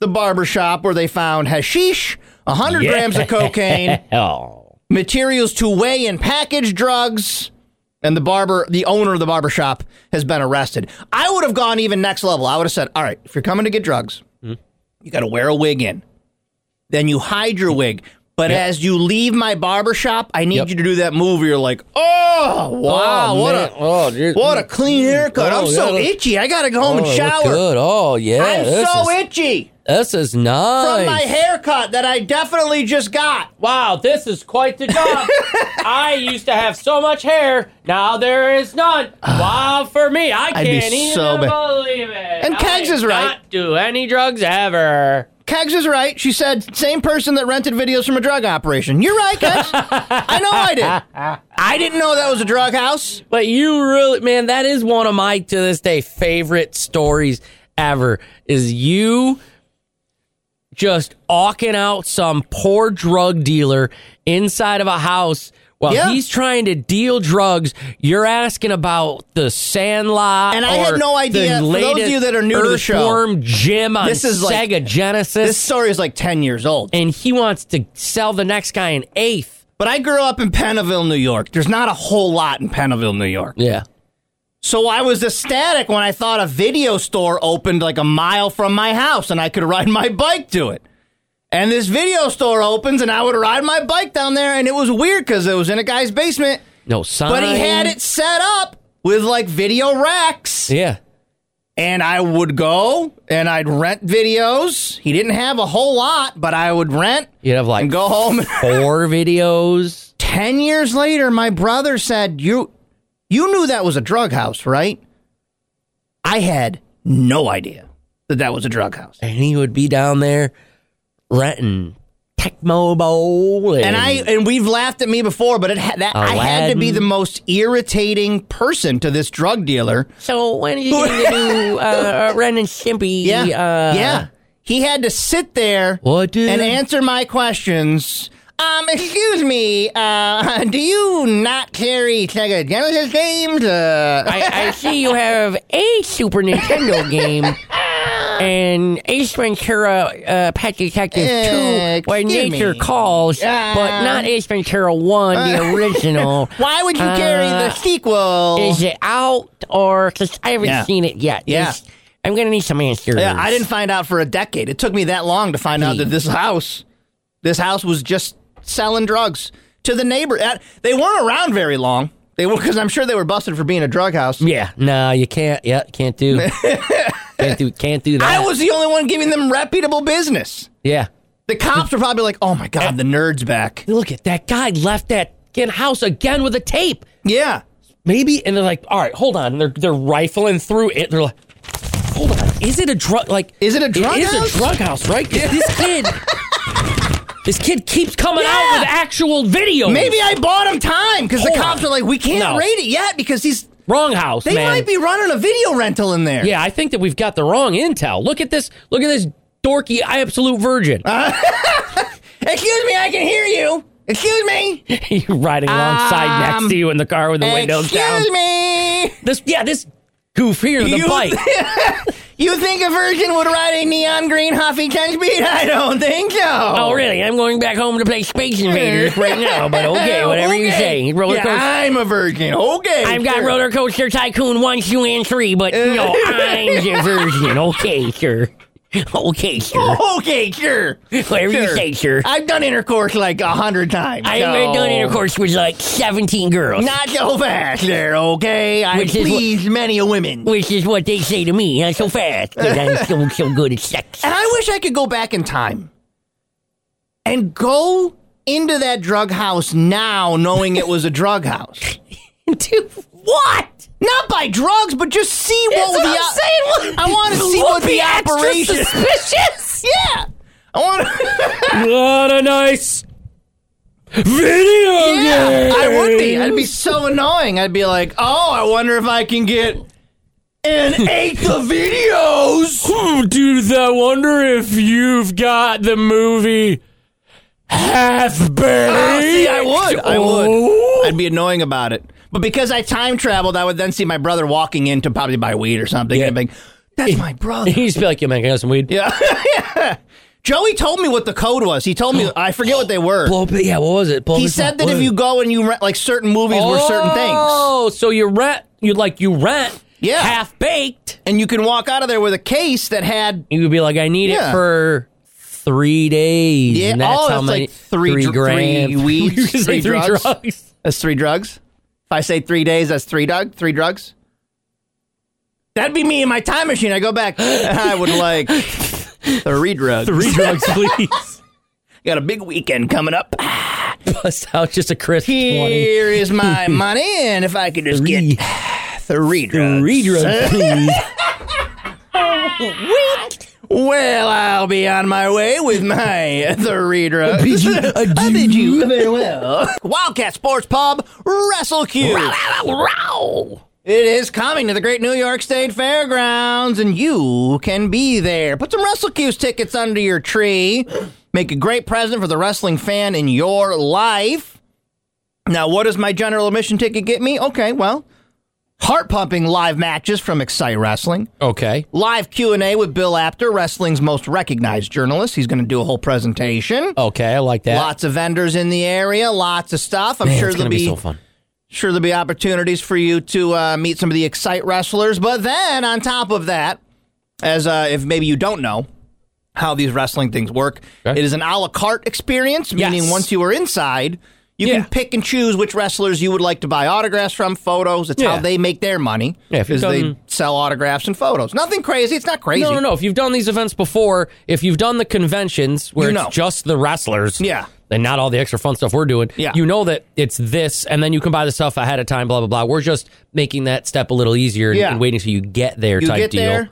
[SPEAKER 2] the barber shop where they found hashish, 100 grams of cocaine,
[SPEAKER 1] Oh.
[SPEAKER 2] materials to weigh and package drugs and the barber the owner of the barber shop has been arrested i would have gone even next level i would have said all right if you're coming to get drugs
[SPEAKER 1] Hmm.
[SPEAKER 2] you got to wear a wig in then you hide your wig but
[SPEAKER 1] Yep.
[SPEAKER 2] as you leave my barber shop i need
[SPEAKER 1] Yep.
[SPEAKER 2] you to do that move where you're like oh wow what
[SPEAKER 1] man.
[SPEAKER 2] a
[SPEAKER 1] Oh, dude.
[SPEAKER 2] what a clean haircut
[SPEAKER 1] Oh,
[SPEAKER 2] i'm so
[SPEAKER 1] yeah, look-
[SPEAKER 2] itchy i gotta go home
[SPEAKER 1] Oh,
[SPEAKER 2] and
[SPEAKER 1] it looked
[SPEAKER 2] shower
[SPEAKER 1] Good. Oh yeah.
[SPEAKER 2] i'm
[SPEAKER 1] this
[SPEAKER 2] so
[SPEAKER 1] is,
[SPEAKER 2] itchy
[SPEAKER 1] This is nice.
[SPEAKER 2] from my haircut that i definitely just got
[SPEAKER 3] Wow, this is quite the job. I used to have so much hair. Now there is none. wow, for me, I
[SPEAKER 2] I'd be
[SPEAKER 3] can't even
[SPEAKER 2] so bad.
[SPEAKER 3] believe it.
[SPEAKER 2] And
[SPEAKER 3] I
[SPEAKER 2] Kegs is
[SPEAKER 3] did
[SPEAKER 2] right.
[SPEAKER 3] Not do any drugs ever.
[SPEAKER 2] Kegs is right. She said, same person that rented videos from a drug operation. You're right, Kegs. I know I did. I didn't know that was a drug house.
[SPEAKER 1] But you really, man, that is one of my to this day favorite stories ever. Is you just awking out some poor drug dealer inside of a house while
[SPEAKER 2] Yeah.
[SPEAKER 1] he's trying to deal drugs. You're asking about the sandlot,
[SPEAKER 2] And I had
[SPEAKER 1] or
[SPEAKER 2] no idea.
[SPEAKER 1] The
[SPEAKER 2] For those of
[SPEAKER 1] latest
[SPEAKER 2] you that are new to the show,
[SPEAKER 1] Earthworm Jim on
[SPEAKER 2] this is like-
[SPEAKER 1] Sega Genesis.
[SPEAKER 2] This story is like 10 years old.
[SPEAKER 1] and he wants to sell the next guy an eighth.
[SPEAKER 2] But I grew up in Pennaville, New York. There's not a whole lot in Pennaville, New York.
[SPEAKER 1] Yeah.
[SPEAKER 2] So I was ecstatic when I thought a video store opened like a mile from my house and I could ride my bike to it. And this video store opens and I would ride my bike down there and it was weird because it was in a guy's basement.
[SPEAKER 1] No sign.
[SPEAKER 2] But he had it set up with like video racks.
[SPEAKER 1] Yeah.
[SPEAKER 2] And I would go and I'd rent videos. He didn't have a whole lot, but I would rent
[SPEAKER 1] You'd have like
[SPEAKER 2] and go home.
[SPEAKER 1] four videos.
[SPEAKER 2] 10 years later, my brother said, "You you knew that was a drug house, right?" I had no idea that that was a drug house.
[SPEAKER 1] And he would be down there renting Tecmo Bowl. And,
[SPEAKER 2] And I and we've laughed at me before, but it had that I had to be
[SPEAKER 1] Aladdin.
[SPEAKER 2] the most irritating person to this drug dealer.
[SPEAKER 1] So when are you going to do uh, uh, Ren and Stimpy?
[SPEAKER 2] Yeah.
[SPEAKER 1] Uh,
[SPEAKER 2] yeah. He had to sit there
[SPEAKER 1] What, dude?
[SPEAKER 2] and answer my questions. Um, excuse me, uh, do you not carry Sega Genesis games? Uh,
[SPEAKER 1] I, I see you have a Super Nintendo game and Ace Ventura uh, Pet Detective
[SPEAKER 2] Uh,
[SPEAKER 1] 2, where
[SPEAKER 2] excuse
[SPEAKER 1] nature
[SPEAKER 2] me.
[SPEAKER 1] calls, but not Ace Ventura 1, the original.
[SPEAKER 2] Why would you
[SPEAKER 1] Uh,
[SPEAKER 2] carry the sequel?
[SPEAKER 1] Is it out or because I haven't
[SPEAKER 2] Yeah.
[SPEAKER 1] seen it yet?
[SPEAKER 2] Yeah.
[SPEAKER 1] It's- I'm gonna need some answers.
[SPEAKER 2] yeah, I didn't find out for a decade. It took me that long to find out that this house, this house was just selling drugs to the neighbor. uh, They weren't around very long. They were because I'm sure they were busted for being a drug house.
[SPEAKER 1] Yeah, no, you can't. Yeah, can't do. can't do. Can't do that.
[SPEAKER 2] I was the only one giving them reputable business.
[SPEAKER 1] Yeah.
[SPEAKER 2] The cops were probably like, "Oh my
[SPEAKER 1] Eh.
[SPEAKER 2] god, the nerd's back."
[SPEAKER 1] Look at that guy left that fucking house again with a tape.
[SPEAKER 2] Yeah,
[SPEAKER 1] Maybe, and they're like, all right, hold on. And they're they're rifling through it. They're like, hold on, is it a drug? Like,
[SPEAKER 2] Is it a drug
[SPEAKER 1] It is
[SPEAKER 2] house?
[SPEAKER 1] a drug house, right? 'Cause This kid. This kid keeps coming out
[SPEAKER 2] Yeah.
[SPEAKER 1] with actual videos.
[SPEAKER 2] maybe I bought him time because the
[SPEAKER 1] Oh, Hold
[SPEAKER 2] cops
[SPEAKER 1] on.
[SPEAKER 2] were like, "We can't
[SPEAKER 1] No.
[SPEAKER 2] rate it yet because he's
[SPEAKER 1] Wrong house,
[SPEAKER 2] They
[SPEAKER 1] man.
[SPEAKER 2] might be running a video rental in there.
[SPEAKER 1] Yeah, I think that we've got the wrong intel. Look at this. Look at this dorky absolute virgin.
[SPEAKER 2] Uh, Excuse me, I can hear you. Excuse me.
[SPEAKER 1] you riding alongside
[SPEAKER 2] um,
[SPEAKER 1] next to you in the car with the windows down.
[SPEAKER 2] Excuse me.
[SPEAKER 1] This yeah, this goof here, the
[SPEAKER 2] You- Oh,
[SPEAKER 1] bike.
[SPEAKER 2] You think a virgin would ride a neon green Huffy 10 speed? I don't think so.
[SPEAKER 1] Oh, really? I'm going back home to play Space Invaders right now, but okay, whatever you
[SPEAKER 2] Okay.
[SPEAKER 1] say. Roller
[SPEAKER 2] yeah,
[SPEAKER 1] coaster.
[SPEAKER 2] I'm a virgin. Okay.
[SPEAKER 1] I've got
[SPEAKER 2] sure.
[SPEAKER 1] Roller Coaster Tycoon 1, 2, and 3, but no, I'm the virgin. Okay, sure. Okay, sure.
[SPEAKER 2] Okay, sure.
[SPEAKER 1] Whatever you
[SPEAKER 2] Sure.
[SPEAKER 1] say, sure.
[SPEAKER 2] I've done intercourse like a hundred times.
[SPEAKER 1] I've
[SPEAKER 2] so-
[SPEAKER 1] been doing intercourse with like 17 girls.
[SPEAKER 2] Not so fast there, okay? I
[SPEAKER 1] Which is what-
[SPEAKER 2] pleased many a women.
[SPEAKER 1] Which is what they say to me, not so fast, because I'm so, so good at sex.
[SPEAKER 2] And I wish I could go back in time and go into that drug house now knowing it was a drug house.
[SPEAKER 1] Dude, what?
[SPEAKER 2] Not by drugs, but just see what
[SPEAKER 1] That's
[SPEAKER 2] was the
[SPEAKER 1] what I'm saying.
[SPEAKER 2] I want to see what
[SPEAKER 1] Would be
[SPEAKER 2] the
[SPEAKER 1] extra
[SPEAKER 2] operation
[SPEAKER 1] suspicious.
[SPEAKER 2] Yeah. I want to
[SPEAKER 1] What a nice video
[SPEAKER 2] Yeah,
[SPEAKER 1] game.
[SPEAKER 2] I would be. I'd be so annoying. I'd be like, "Oh, I wonder if I can get an eighth of videos."
[SPEAKER 1] Hmm, dude, I wonder if you've got the movie Half Baked.
[SPEAKER 2] Oh, see, I would. I
[SPEAKER 1] Oh.
[SPEAKER 2] would. I'd be annoying about it. But because I time traveled, I would then see my brother walking in to probably buy weed or something. And I'd be like, that's my brother.
[SPEAKER 1] He's be like, yo, man, can I have some weed?
[SPEAKER 2] yeah. Joey told me what the code was. He told me, I forget what they were.
[SPEAKER 1] Blow, yeah, what was it? Blow
[SPEAKER 2] He
[SPEAKER 1] this
[SPEAKER 2] said
[SPEAKER 1] up.
[SPEAKER 2] that if you go and you rent, like certain movies were certain things.
[SPEAKER 1] Oh, so you rent, you like, you rent
[SPEAKER 2] Yeah.
[SPEAKER 1] Half Baked.
[SPEAKER 2] And you can walk out of there with a case that had,
[SPEAKER 1] You would be like, I need
[SPEAKER 2] Yeah.
[SPEAKER 1] it for three days.
[SPEAKER 2] Yeah,
[SPEAKER 1] and that's
[SPEAKER 2] oh,
[SPEAKER 1] how
[SPEAKER 2] that's
[SPEAKER 1] many,
[SPEAKER 2] like three dr-
[SPEAKER 1] grand.
[SPEAKER 2] three weeds,
[SPEAKER 1] You could
[SPEAKER 2] three
[SPEAKER 1] say three
[SPEAKER 2] drugs.
[SPEAKER 1] drugs.
[SPEAKER 2] that's three drugs. If I say three days, that's three, dog, three drugs. That'd be me in my time machine. I go back. I would like three drugs.
[SPEAKER 1] Three drugs, please.
[SPEAKER 2] Got a big weekend coming up.
[SPEAKER 1] Bust out just a crisp 20.
[SPEAKER 2] Here is my money, and if I could just
[SPEAKER 1] Three.
[SPEAKER 2] get three drugs,
[SPEAKER 1] Three drugs, please.
[SPEAKER 2] well, I'll be on my way with my three drugs.
[SPEAKER 1] bid you adieu.
[SPEAKER 2] I bid you farewell. Wildcat Sports Pub Wrestle Q. It is coming to the Great New York State Fairgrounds, and you can be there. Put some Wrestle Q's tickets under your tree. Make a great present for the wrestling fan in your life. Now, what does my general admission ticket get me? Okay, well, heart pumping live matches from Excite Wrestling,
[SPEAKER 9] Okay.
[SPEAKER 2] live Q and A with Bill Apter, wrestling's most recognized journalist. He's going to do a whole presentation.
[SPEAKER 1] Oh,
[SPEAKER 9] Okay, I like that.
[SPEAKER 2] Lots of vendors in the area, lots of stuff. I'm
[SPEAKER 9] Man,
[SPEAKER 2] sure
[SPEAKER 9] it's
[SPEAKER 2] there'll
[SPEAKER 9] gonna be,
[SPEAKER 2] be
[SPEAKER 9] so fun.
[SPEAKER 2] Sure, there'll be opportunities for you to uh, meet some of the Excite wrestlers. But then, on top of that, as uh, if maybe you don't know how these wrestling things work,
[SPEAKER 9] Okay.
[SPEAKER 2] it is an a la carte experience, meaning
[SPEAKER 1] Yes.
[SPEAKER 2] once you are inside, you
[SPEAKER 1] Yeah.
[SPEAKER 2] can pick and choose which wrestlers you would like to buy autographs from, photos. It's
[SPEAKER 1] Yeah.
[SPEAKER 2] how they make their money,
[SPEAKER 1] Yeah, if you've
[SPEAKER 2] is they
[SPEAKER 1] done-
[SPEAKER 2] sell autographs and photos. Nothing crazy. It's not crazy.
[SPEAKER 1] No, no, no. If you've done these events before, if you've done the conventions where
[SPEAKER 2] You know.
[SPEAKER 1] it's just the wrestlers,
[SPEAKER 2] Yeah.
[SPEAKER 1] and not all the extra fun stuff we're doing,
[SPEAKER 2] Yeah.
[SPEAKER 1] you know that it's this, and then you can buy the stuff ahead of time, blah blah blah. We're just making that step a little easier and,
[SPEAKER 2] Yeah.
[SPEAKER 1] and waiting till you get there
[SPEAKER 2] You
[SPEAKER 1] type
[SPEAKER 2] get
[SPEAKER 1] deal.
[SPEAKER 2] there.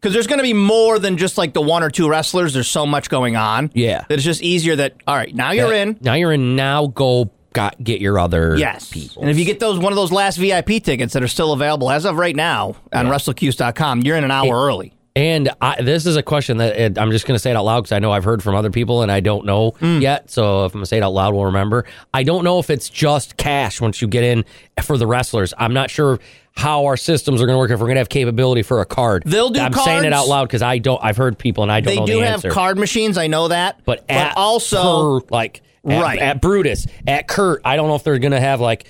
[SPEAKER 2] Because there's going to be more than just like the one or two wrestlers. There's so much going on.
[SPEAKER 1] Yeah.
[SPEAKER 2] That it's just easier that, all right, now you're
[SPEAKER 1] Yeah.
[SPEAKER 2] in.
[SPEAKER 1] Now you're in. Now go got get your other
[SPEAKER 2] Yes.
[SPEAKER 1] people.
[SPEAKER 2] And if you get those one of those last VIP tickets that are still available as of right now on WrestleCuse.com, you're in an hour early.
[SPEAKER 1] And I, this is a question that uh, I'm just going to say it out loud because I know I've heard from other people and I don't know
[SPEAKER 2] Mm.
[SPEAKER 1] yet. So if I'm going to say it out loud, we'll remember. I don't know if it's just cash once you get in for the wrestlers. I'm not sure how our systems are going to work if we're going to have capability for a card.
[SPEAKER 2] They'll do
[SPEAKER 1] I'm saying it
[SPEAKER 2] cards.
[SPEAKER 1] out loud because I don't. I've heard people and I don't
[SPEAKER 2] They
[SPEAKER 1] know
[SPEAKER 2] do
[SPEAKER 1] the
[SPEAKER 2] have
[SPEAKER 1] answer.
[SPEAKER 2] card machines, I know that.
[SPEAKER 1] but at
[SPEAKER 2] also
[SPEAKER 1] per, like at,
[SPEAKER 2] Right.
[SPEAKER 1] at Brutus at Kurt, I don't know if they're going to have like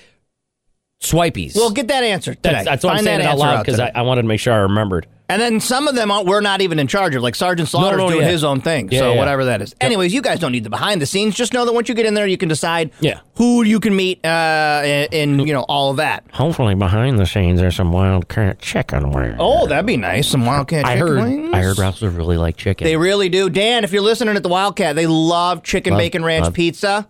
[SPEAKER 1] swipies.
[SPEAKER 2] We'll get that answered today.
[SPEAKER 1] that's, that's what I'm
[SPEAKER 2] Find
[SPEAKER 1] saying
[SPEAKER 2] that
[SPEAKER 1] it out
[SPEAKER 2] answer
[SPEAKER 1] loud because
[SPEAKER 2] today.
[SPEAKER 1] I, I wanted to make sure I remembered.
[SPEAKER 2] And then some of them aren't, we're not even in charge of. Like Sergeant Slaughter's
[SPEAKER 1] no,
[SPEAKER 2] doing
[SPEAKER 1] yeah.
[SPEAKER 2] his own thing.
[SPEAKER 1] Yeah,
[SPEAKER 2] so
[SPEAKER 1] yeah, yeah.
[SPEAKER 2] whatever that is. Anyways, you guys don't need the behind the scenes. Just know that once you get in there, you can decide
[SPEAKER 1] Yeah.
[SPEAKER 2] who you can meet uh, in, in, you know, all of that.
[SPEAKER 9] Hopefully, behind the scenes, there's some wildcat chicken wing.
[SPEAKER 2] Oh, that'd be nice. Some Wildcat
[SPEAKER 9] I
[SPEAKER 2] chicken
[SPEAKER 9] heard.
[SPEAKER 2] wings.
[SPEAKER 9] I heard wrestlers really like chicken.
[SPEAKER 2] They really do. Dan, if you're listening at the Wildcat, they love chicken
[SPEAKER 9] Love-
[SPEAKER 2] bacon ranch
[SPEAKER 9] love.
[SPEAKER 2] pizza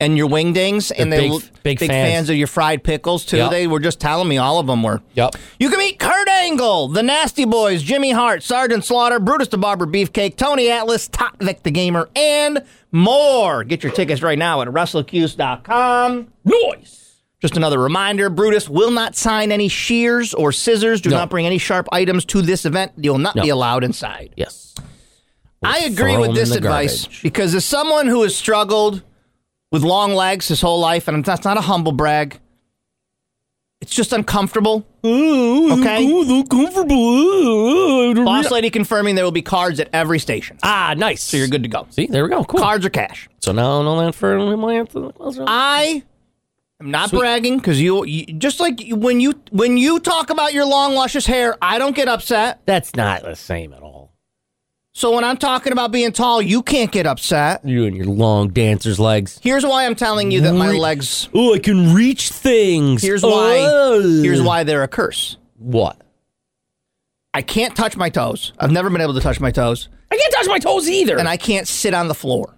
[SPEAKER 2] and your wingdings, and
[SPEAKER 1] They're
[SPEAKER 2] they
[SPEAKER 1] big-
[SPEAKER 2] l-
[SPEAKER 1] big
[SPEAKER 2] fans.
[SPEAKER 1] fans.
[SPEAKER 2] of your fried pickles too.
[SPEAKER 1] Yep.
[SPEAKER 2] They were just telling me all of them were.
[SPEAKER 1] Yep.
[SPEAKER 2] You can meet Kurt Angle, the Nasty Boys, Jimmy Hart, Sergeant Slaughter, Brutus the Barber Beefcake, Tony Atlas, Top Vic the Gamer, and more. Get your tickets right now at WrestleCuse.com.
[SPEAKER 1] Noise.
[SPEAKER 2] Just another reminder Brutus will not sign any shears or scissors. Do
[SPEAKER 1] No.
[SPEAKER 2] not bring any sharp items to this event. You'll not
[SPEAKER 1] No.
[SPEAKER 2] be allowed inside.
[SPEAKER 1] Yes.
[SPEAKER 2] I agree
[SPEAKER 1] throw
[SPEAKER 2] with
[SPEAKER 1] 'em
[SPEAKER 2] this
[SPEAKER 1] in the
[SPEAKER 2] advice because as someone who has struggled with long legs his whole life, and that's not a humble brag, it's just uncomfortable.
[SPEAKER 1] Mm-hmm.
[SPEAKER 2] okay.
[SPEAKER 1] comfortable.
[SPEAKER 2] Boss lady confirming there will be cards at every station.
[SPEAKER 1] Ah, nice.
[SPEAKER 2] So you're good to go.
[SPEAKER 1] See, there we go. Cool.
[SPEAKER 2] Cards or cash.
[SPEAKER 1] So now no land for my answer.
[SPEAKER 2] I am not bragging because you, you just like you- when you when you talk about your long luscious hair, I don't get upset.
[SPEAKER 1] That's not the same at all.
[SPEAKER 2] So when I'm talking about being tall, you can't get upset.
[SPEAKER 1] You and your long dancer's legs.
[SPEAKER 2] Here's why I'm telling you that my
[SPEAKER 1] Re-
[SPEAKER 2] legs.
[SPEAKER 1] Oh, I can reach things.
[SPEAKER 2] Here's why.
[SPEAKER 1] Oh.
[SPEAKER 2] Here's why they're a curse.
[SPEAKER 1] What?
[SPEAKER 2] I can't touch my toes. I've never been able to touch my toes,
[SPEAKER 1] I can't touch my toes either.
[SPEAKER 2] and I can't sit on the floor.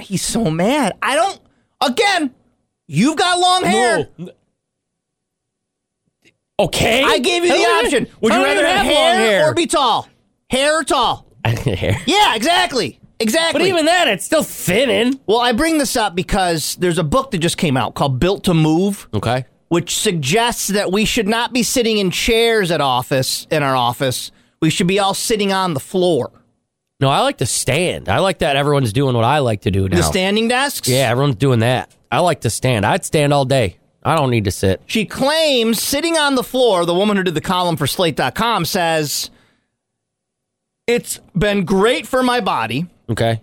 [SPEAKER 2] He's so mad. I don't. Again, you've got long hair.
[SPEAKER 1] No. Okay.
[SPEAKER 2] I gave you the
[SPEAKER 1] don't
[SPEAKER 2] option.
[SPEAKER 1] even-
[SPEAKER 2] Would
[SPEAKER 1] I
[SPEAKER 2] you
[SPEAKER 1] don't
[SPEAKER 2] rather
[SPEAKER 1] even
[SPEAKER 2] have,
[SPEAKER 1] long
[SPEAKER 2] hair,
[SPEAKER 1] hair
[SPEAKER 2] or be tall? Hair or tall?
[SPEAKER 1] hair?
[SPEAKER 2] Yeah, exactly. Exactly.
[SPEAKER 1] But even that, it's still thinning.
[SPEAKER 2] well, I bring this up because there's a book that just came out called Built to Move,
[SPEAKER 1] Okay.
[SPEAKER 2] which suggests that we should not be sitting in chairs at office in our office. We should be all sitting on the floor.
[SPEAKER 1] No, I like to stand. I like that everyone's doing what I like to do now.
[SPEAKER 2] The standing desks?
[SPEAKER 1] Yeah, everyone's doing that. I like to stand. I'd stand all day. I don't need to sit.
[SPEAKER 2] She claims sitting on the floor, the woman who did the column for slate.com says it's been great for my body.
[SPEAKER 1] Okay.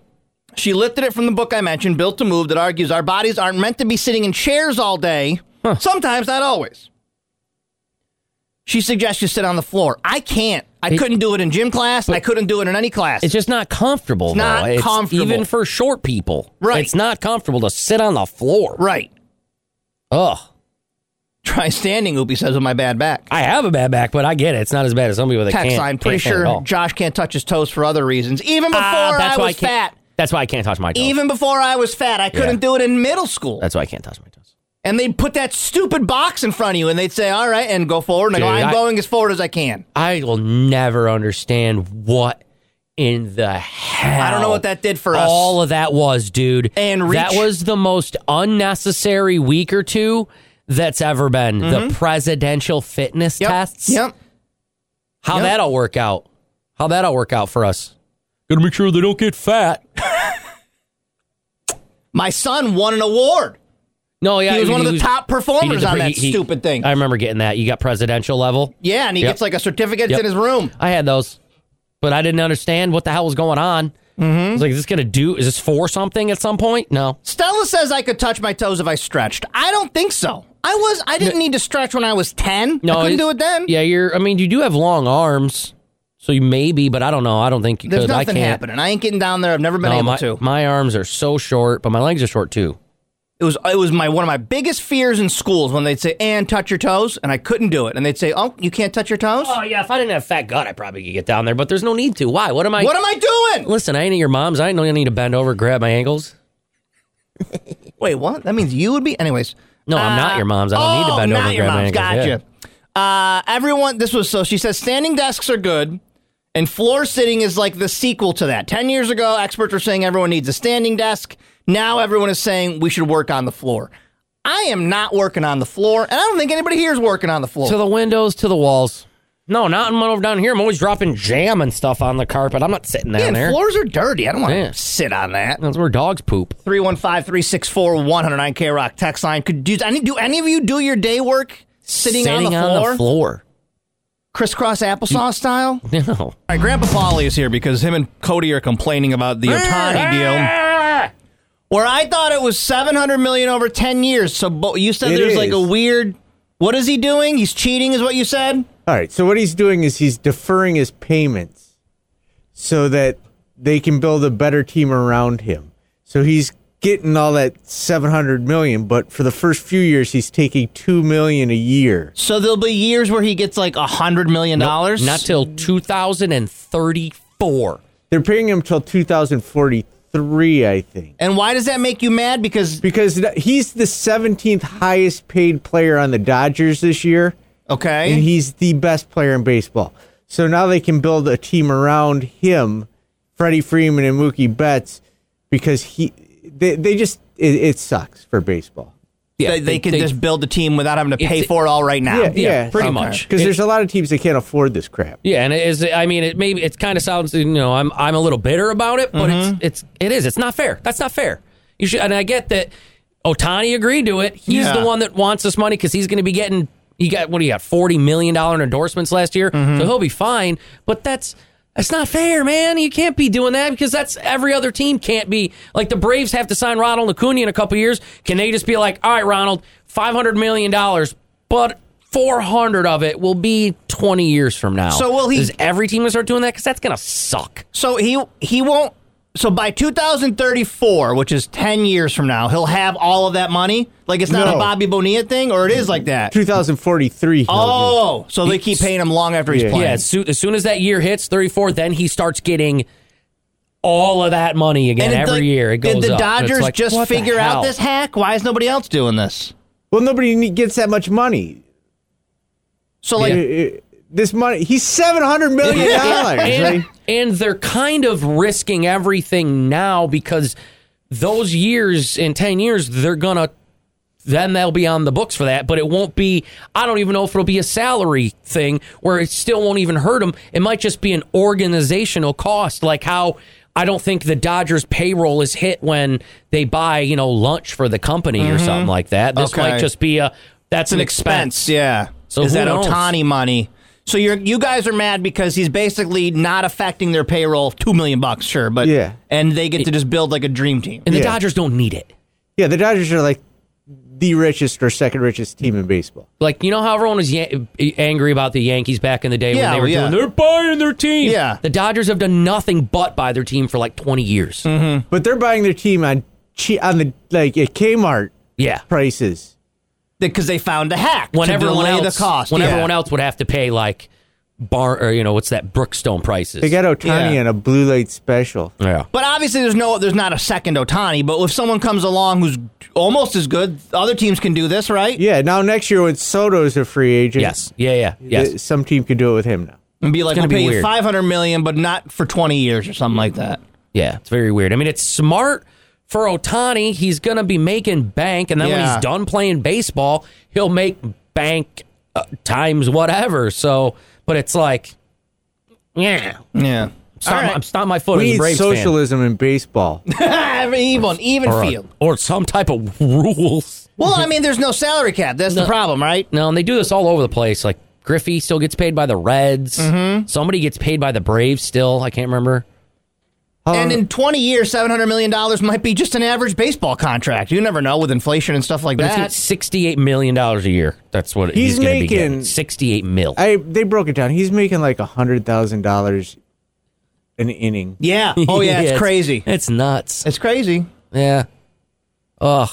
[SPEAKER 2] She lifted it from the book I mentioned, Built to Move, that argues our bodies aren't meant to be sitting in chairs all day, sometimes, not always. She suggests you sit on the floor. I can't. I couldn't do it in gym class. I couldn't do it in any class.
[SPEAKER 1] It's just not comfortable.
[SPEAKER 2] It's not
[SPEAKER 1] though. It's
[SPEAKER 2] comfortable.
[SPEAKER 1] Even for short people.
[SPEAKER 2] Right.
[SPEAKER 1] It's not comfortable to sit on the floor.
[SPEAKER 2] right.
[SPEAKER 1] Ugh.
[SPEAKER 2] Try standing, Oopie says, with my bad back.
[SPEAKER 1] I have a bad back, but I get it. It's not as bad as some people that
[SPEAKER 2] Text
[SPEAKER 1] can't.
[SPEAKER 2] line. Pretty
[SPEAKER 1] can't stand at
[SPEAKER 2] sure
[SPEAKER 1] all.
[SPEAKER 2] Josh can't touch his toes for other reasons. Even before
[SPEAKER 1] Ah,
[SPEAKER 2] I
[SPEAKER 1] that's why I
[SPEAKER 2] was
[SPEAKER 1] can't.
[SPEAKER 2] fat.
[SPEAKER 1] That's why I can't touch my toes.
[SPEAKER 2] Even before I was fat, I couldn't do it in middle school.
[SPEAKER 1] That's why I can't touch my toes.
[SPEAKER 2] and they'd put that stupid box in front of you, and they'd say, all right, and go forward. And I go,
[SPEAKER 1] Dude,
[SPEAKER 2] I'm
[SPEAKER 1] I-
[SPEAKER 2] going as forward as I can.
[SPEAKER 1] I will never understand what in the hell.
[SPEAKER 2] I don't know what that did for us.
[SPEAKER 1] all of that was, dude.
[SPEAKER 2] And reach.
[SPEAKER 1] that was the most unnecessary week or two that's ever been. The presidential fitness
[SPEAKER 2] Mm-hmm. Yep.
[SPEAKER 1] tests.
[SPEAKER 2] Yep.
[SPEAKER 1] How
[SPEAKER 2] Yep.
[SPEAKER 1] that'll work out. How that'll work out for us. Gotta make sure they don't get fat.
[SPEAKER 2] My son won an award.
[SPEAKER 1] No, yeah,
[SPEAKER 2] He was one of the
[SPEAKER 1] was-
[SPEAKER 2] top
[SPEAKER 1] he did
[SPEAKER 2] performers
[SPEAKER 1] the
[SPEAKER 2] on
[SPEAKER 1] pre-
[SPEAKER 2] that
[SPEAKER 1] he-
[SPEAKER 2] stupid thing.
[SPEAKER 1] I remember getting that. You got presidential level.
[SPEAKER 2] yeah, and he
[SPEAKER 1] Yep.
[SPEAKER 2] gets like a certificate It's
[SPEAKER 1] Yep.
[SPEAKER 2] in his room.
[SPEAKER 1] I had those, but I didn't understand what the hell was going on. Mm-hmm. I was like, is this gonna do? Is this for something at some point? No.
[SPEAKER 2] Stella says I could touch my toes if I stretched. I don't think so. I was I didn't need to stretch when I was 10.
[SPEAKER 1] No,
[SPEAKER 2] I couldn't
[SPEAKER 1] it-
[SPEAKER 2] do it then.
[SPEAKER 1] Yeah, you're. I mean, you do have long arms, so you maybe, but I don't know. I don't think you
[SPEAKER 2] There's
[SPEAKER 1] could. I
[SPEAKER 2] nothing
[SPEAKER 1] can't.
[SPEAKER 2] happening. I ain't getting down there. I've never been
[SPEAKER 1] No,
[SPEAKER 2] able
[SPEAKER 1] my,
[SPEAKER 2] to.
[SPEAKER 1] my arms are so short, but my legs are short too.
[SPEAKER 2] It was it was my one of my biggest fears in schools when they'd say, "And touch your toes," and I couldn't do it. And they'd say, "Oh, you can't touch your toes."
[SPEAKER 1] Oh yeah, if I didn't have fat gut, I probably could get down there. But there's no need to. Why? What am I?
[SPEAKER 2] what am I doing?
[SPEAKER 1] Listen, I ain't at your mom's. I ain't no need to bend over, grab my ankles.
[SPEAKER 2] Wait, what? That means you would be. Anyways,
[SPEAKER 1] No, I'm Uh, not your mom's. I don't need to
[SPEAKER 2] oh,
[SPEAKER 1] bend
[SPEAKER 2] not
[SPEAKER 1] over and
[SPEAKER 2] your
[SPEAKER 1] grab my
[SPEAKER 2] mom's.
[SPEAKER 1] ankles.
[SPEAKER 2] Gotcha. Uh, everyone, this was so. She says standing desks are good, and floor sitting is like the sequel to that. Ten years ago, experts were saying everyone needs a standing desk. Now everyone is saying we should work on the floor. I am not working on the floor, and I don't think anybody here is working on the floor.
[SPEAKER 1] To the windows, to the walls. No, not in one over down here. I'm always dropping jam and stuff on the carpet. I'm not sitting down
[SPEAKER 2] Man,
[SPEAKER 1] there.
[SPEAKER 2] floors are dirty. I don't want to
[SPEAKER 1] Yeah.
[SPEAKER 2] sit on that.
[SPEAKER 1] That's where dogs poop.
[SPEAKER 2] 315-364-109K Rock text line. Could do any do any of you do your day work sitting, on, the
[SPEAKER 1] floor.
[SPEAKER 2] Crisscross applesauce style?
[SPEAKER 1] No.
[SPEAKER 2] All right, Grandpa Polly is here because him and Cody are complaining about the Otani deal. Ah! Where I thought it was 700 million over 10 years. So but you said
[SPEAKER 10] It
[SPEAKER 2] there's like
[SPEAKER 10] is.
[SPEAKER 2] a weird what is he doing? He's cheating is what you said?
[SPEAKER 10] All right. So what he's doing is he's deferring his payments so that they can build a better team around him. So he's getting all that 700 million, but for the first few years he's taking 2 million a year.
[SPEAKER 2] So there'll be years where he gets like 100 million dollars.
[SPEAKER 1] Not till 2034.
[SPEAKER 10] They're paying him till 2043, I think.
[SPEAKER 2] and why does that make you mad because
[SPEAKER 10] Because th- he's the 17th highest paid player on the Dodgers this year.
[SPEAKER 2] okay.
[SPEAKER 10] and he's the best player in baseball. So now they can build a team around him, Freddie Freeman and Mookie Betts, because he they, they just it, it sucks for baseball.
[SPEAKER 2] Yeah, they, they, could just build the team without having to pay for it all right now.
[SPEAKER 10] Yeah, yeah,
[SPEAKER 2] pretty much.
[SPEAKER 10] Because there's a lot of teams that can't afford this crap.
[SPEAKER 1] Yeah, and it is. I mean, it maybe it kind of sounds. You know, I'm I'm a little bitter about it, but it's it's it is. It's not fair. That's not fair. You should. And I get that. Otani agreed to it. He's
[SPEAKER 11] Yeah.
[SPEAKER 1] the one that wants this money because he's going to be getting. He got what do you got? Forty million dollar endorsements last year, so he'll be fine. But that's that's not fair, man. You can't be doing that because that's every other team can't be like the Braves have to sign Ronald Acuna in a couple years. Can they just be like, all right, Ronald, five hundred million dollars, but four hundred of it will be twenty years from now.
[SPEAKER 2] So will he-
[SPEAKER 1] Does every team gonna start doing that? Because that's gonna suck.
[SPEAKER 2] So he he won't. So by 2034, which is 10 years from now, he'll have all of that money. Like it's not a
[SPEAKER 10] No.
[SPEAKER 2] Bobby Bonilla thing, or it is like that.
[SPEAKER 10] 2043. he'll
[SPEAKER 2] Oh,
[SPEAKER 10] do.
[SPEAKER 2] so they keep paying him long after he's
[SPEAKER 10] Yeah.
[SPEAKER 2] playing.
[SPEAKER 1] Yeah, as soon, as soon as that year hits 34, then he starts getting all of that money again
[SPEAKER 2] And it's
[SPEAKER 1] every
[SPEAKER 2] like,
[SPEAKER 1] year. It goes
[SPEAKER 2] Did the
[SPEAKER 1] up. And it's
[SPEAKER 2] Dodgers
[SPEAKER 1] like,
[SPEAKER 2] just
[SPEAKER 1] what the
[SPEAKER 2] figure
[SPEAKER 1] hell?
[SPEAKER 2] out this hack? Why is nobody else doing this?
[SPEAKER 10] Well, nobody ne- gets that much money.
[SPEAKER 2] So like,
[SPEAKER 10] Uh, uh, this money, he's seven hundred million dollars.
[SPEAKER 1] and,
[SPEAKER 10] right?
[SPEAKER 1] and they're kind of risking everything now because those years in 10 years, they're going to. Then they'll be on the books for that, but it won't be. I don't even know if it'll be a salary thing where it still won't even hurt them. It might just be an organizational cost, like how I don't think the Dodgers payroll is hit when they buy, you know, lunch for the company or
[SPEAKER 2] Mhm.
[SPEAKER 1] something like that. This
[SPEAKER 2] Okay.
[SPEAKER 1] might just be a that's
[SPEAKER 2] It's
[SPEAKER 1] an
[SPEAKER 2] an
[SPEAKER 1] expense.
[SPEAKER 2] expense, yeah.
[SPEAKER 1] So
[SPEAKER 2] is
[SPEAKER 1] who
[SPEAKER 2] that
[SPEAKER 1] knows?
[SPEAKER 2] Otani money? So you're you guys are mad because he's basically not affecting their payroll two million bucks, sure, but
[SPEAKER 10] Yeah.
[SPEAKER 2] and they get to just build like a dream team.
[SPEAKER 1] And the
[SPEAKER 10] Yeah.
[SPEAKER 1] Dodgers don't need it.
[SPEAKER 10] Yeah, the Dodgers are like the richest or second richest team in baseball.
[SPEAKER 1] Like you know how everyone was yan- angry about the Yankees back in the day
[SPEAKER 2] Yeah,
[SPEAKER 1] when they were
[SPEAKER 2] yeah.
[SPEAKER 1] doing they're buying their team.
[SPEAKER 2] Yeah.
[SPEAKER 1] the Dodgers have done nothing but buy their team for like twenty years.
[SPEAKER 2] Mm-hmm.
[SPEAKER 10] But they're buying their team on che- on the like at Kmart
[SPEAKER 1] Yeah,
[SPEAKER 10] prices.
[SPEAKER 2] because they found the hack
[SPEAKER 1] when
[SPEAKER 2] to
[SPEAKER 1] everyone
[SPEAKER 2] delay
[SPEAKER 1] else,
[SPEAKER 2] the cost.
[SPEAKER 1] when
[SPEAKER 2] yeah.
[SPEAKER 1] everyone else would have to pay like bar or you know what's that Brookstone prices.
[SPEAKER 10] They got Otani
[SPEAKER 2] Yeah.
[SPEAKER 10] on a blue light special.
[SPEAKER 1] yeah,
[SPEAKER 2] But obviously, there's no, there's not a second Otani. But if someone comes along who's almost as good, other teams can do this, right?
[SPEAKER 10] Yeah, now next year when Soto's a free agent,
[SPEAKER 1] yes, yeah, yeah, yes.
[SPEAKER 10] th- some team could do it with him now.
[SPEAKER 2] And be like, we'll
[SPEAKER 1] gonna be
[SPEAKER 2] pay you
[SPEAKER 1] weird.
[SPEAKER 2] 500 million, but not for 20 years or something like that.
[SPEAKER 1] Yeah, it's very weird. I mean, it's smart for Otani. He's going to be making bank, and then when
[SPEAKER 2] Yeah.
[SPEAKER 1] he's done playing baseball, he'll make bank uh, times whatever. So, but it's like, yeah,
[SPEAKER 2] Yeah.
[SPEAKER 1] stop,
[SPEAKER 2] right.
[SPEAKER 1] I'm stomping my foot
[SPEAKER 10] we
[SPEAKER 1] as a
[SPEAKER 10] need
[SPEAKER 1] Braves
[SPEAKER 10] socialism in baseball.
[SPEAKER 2] even even
[SPEAKER 1] fan. Or,
[SPEAKER 2] field.
[SPEAKER 1] or some type of rules.
[SPEAKER 2] Well, I mean, there's no salary cap. That's the problem, right?
[SPEAKER 1] No, and they do this all over the place. Like Griffey still gets paid by the Reds.
[SPEAKER 2] Mm-hmm.
[SPEAKER 1] Somebody gets paid by the Braves still. I can't remember.
[SPEAKER 2] and in 20 years, 700 million dollars might be just an average baseball contract. You never know with inflation and stuff like
[SPEAKER 1] But
[SPEAKER 2] that.
[SPEAKER 1] it's sixty-eight million dollars a year. That's what he's,
[SPEAKER 10] He's
[SPEAKER 1] going to be
[SPEAKER 10] making-
[SPEAKER 1] getting. Sixty-eight mil.
[SPEAKER 10] I they broke it down. He's making like a hundred thousand dollars an inning.
[SPEAKER 2] yeah. Oh yeah, it's crazy.
[SPEAKER 1] It's nuts.
[SPEAKER 2] It's crazy.
[SPEAKER 1] Yeah. Ugh.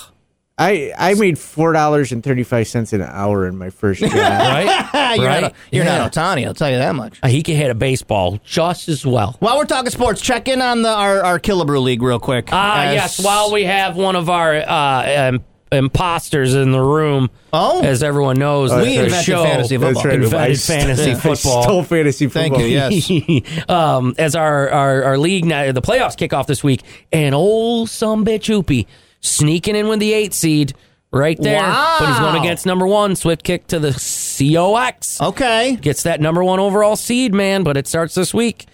[SPEAKER 10] I I made four dollars and thirty five cents an hour in my first job.
[SPEAKER 1] Right?
[SPEAKER 2] you're
[SPEAKER 1] Right?
[SPEAKER 2] not, you're
[SPEAKER 1] Yeah.
[SPEAKER 2] not Otani. I'll tell you that much.
[SPEAKER 1] Uh, he can hit a baseball just as well.
[SPEAKER 2] While we're talking sports, check in on the our, our Killebrew League real quick.
[SPEAKER 1] Ah,
[SPEAKER 2] As-
[SPEAKER 1] yes. While we have one of our uh, um, imposters in the room,
[SPEAKER 2] Oh.
[SPEAKER 1] as everyone knows,
[SPEAKER 2] We
[SPEAKER 1] the- the
[SPEAKER 2] invented
[SPEAKER 1] show
[SPEAKER 2] fantasy football.
[SPEAKER 10] That's right. I
[SPEAKER 1] invented
[SPEAKER 10] st-
[SPEAKER 1] fantasy
[SPEAKER 10] I
[SPEAKER 1] football.
[SPEAKER 10] stole fantasy football.
[SPEAKER 2] Thank you. Yes.
[SPEAKER 1] um, as our, our, our league now, the playoffs kick off this week, and old some bitch Oopy sneaking in with the eight seed right there.
[SPEAKER 2] Wow. Oh.
[SPEAKER 1] But he's going against number one. Swift kick to the COX.
[SPEAKER 2] okay.
[SPEAKER 1] Gets that number one overall seed, man, but it starts this week.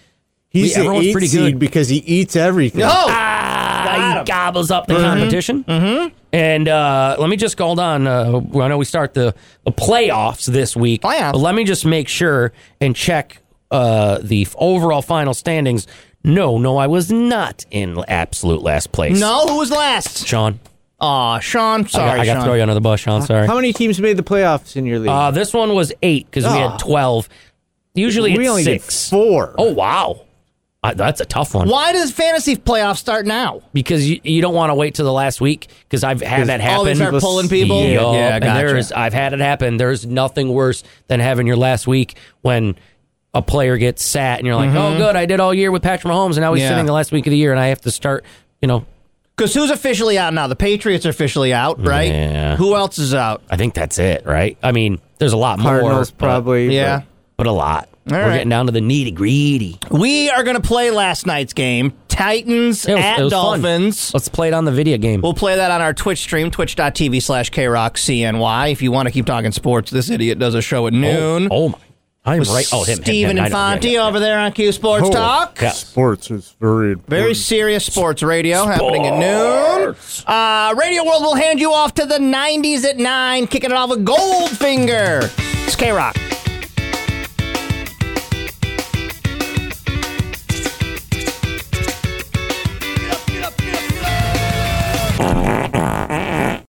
[SPEAKER 10] He's
[SPEAKER 1] We-
[SPEAKER 10] the
[SPEAKER 1] everyone's
[SPEAKER 10] eight
[SPEAKER 1] pretty
[SPEAKER 10] seed
[SPEAKER 1] good.
[SPEAKER 10] because he eats everything.
[SPEAKER 2] Oh.
[SPEAKER 1] Ah, he gobbles up the competition. Mm-hmm. And uh, let me just hold on. Uh, I know we start the, the playoffs this week.
[SPEAKER 2] Playoffs.
[SPEAKER 1] But let me just make sure and check uh, the f- overall final standings. No, no, I was not in absolute last place.
[SPEAKER 2] No, who was last?
[SPEAKER 1] Sean.
[SPEAKER 2] Aw, Sean.
[SPEAKER 1] I got-
[SPEAKER 2] Sorry,
[SPEAKER 1] I got to
[SPEAKER 2] Sean.
[SPEAKER 1] throw you under the bus, Sean. Sorry.
[SPEAKER 10] How many teams made the playoffs in your league?
[SPEAKER 1] Uh, this one was eight because we had 12. Usually
[SPEAKER 10] we
[SPEAKER 1] it's
[SPEAKER 10] only
[SPEAKER 1] six.
[SPEAKER 10] did four.
[SPEAKER 1] Oh, wow. I, that's a tough one.
[SPEAKER 2] Why does fantasy playoffs start now?
[SPEAKER 1] because you, you don't want to wait till the last week because I've had that happen.
[SPEAKER 2] Oh, they start pulling people?
[SPEAKER 1] Yeah,
[SPEAKER 2] Yeah,
[SPEAKER 1] and
[SPEAKER 2] gotcha.
[SPEAKER 1] there's I've had it happen. There's nothing worse than having your last week when a player gets sat and you're like, oh, good, I did all year with Patrick Mahomes, and now he's
[SPEAKER 2] Mm-hmm. Yeah.
[SPEAKER 1] sitting the last week of the year, and I have to start, you know.
[SPEAKER 2] Because who's officially out now? The Patriots are officially out, right?
[SPEAKER 1] Yeah.
[SPEAKER 2] Who else is out?
[SPEAKER 1] I think that's it, right? I mean, there's a lot
[SPEAKER 10] Cardinals
[SPEAKER 1] more, but-
[SPEAKER 10] probably.
[SPEAKER 2] Yeah.
[SPEAKER 1] but, a lot.
[SPEAKER 2] All
[SPEAKER 1] We're
[SPEAKER 2] right.
[SPEAKER 1] getting down to the needy greedy.
[SPEAKER 2] We are going to play last night's game, Titans
[SPEAKER 1] It was-
[SPEAKER 2] at
[SPEAKER 1] it was fun.
[SPEAKER 2] Dolphins.
[SPEAKER 1] Let's play it on the video game.
[SPEAKER 2] We'll play that on our Twitch stream, twitch.tv slash krockcny. If you want to keep talking sports, this idiot does a show at noon.
[SPEAKER 1] Oh, my. I'm
[SPEAKER 2] With
[SPEAKER 1] right. Oh, him. him,
[SPEAKER 2] Steven
[SPEAKER 1] him, I know. Yeah,
[SPEAKER 2] Infante
[SPEAKER 1] yeah, yeah.
[SPEAKER 2] over there on Q Sports
[SPEAKER 1] Oh,
[SPEAKER 2] Talk.
[SPEAKER 1] yeah.
[SPEAKER 12] Sports is very important.
[SPEAKER 2] Very serious sports radio happening at noon. Uh, radio World will hand you off to the 90s at 9, kicking it off with Goldfinger. It's K Rock.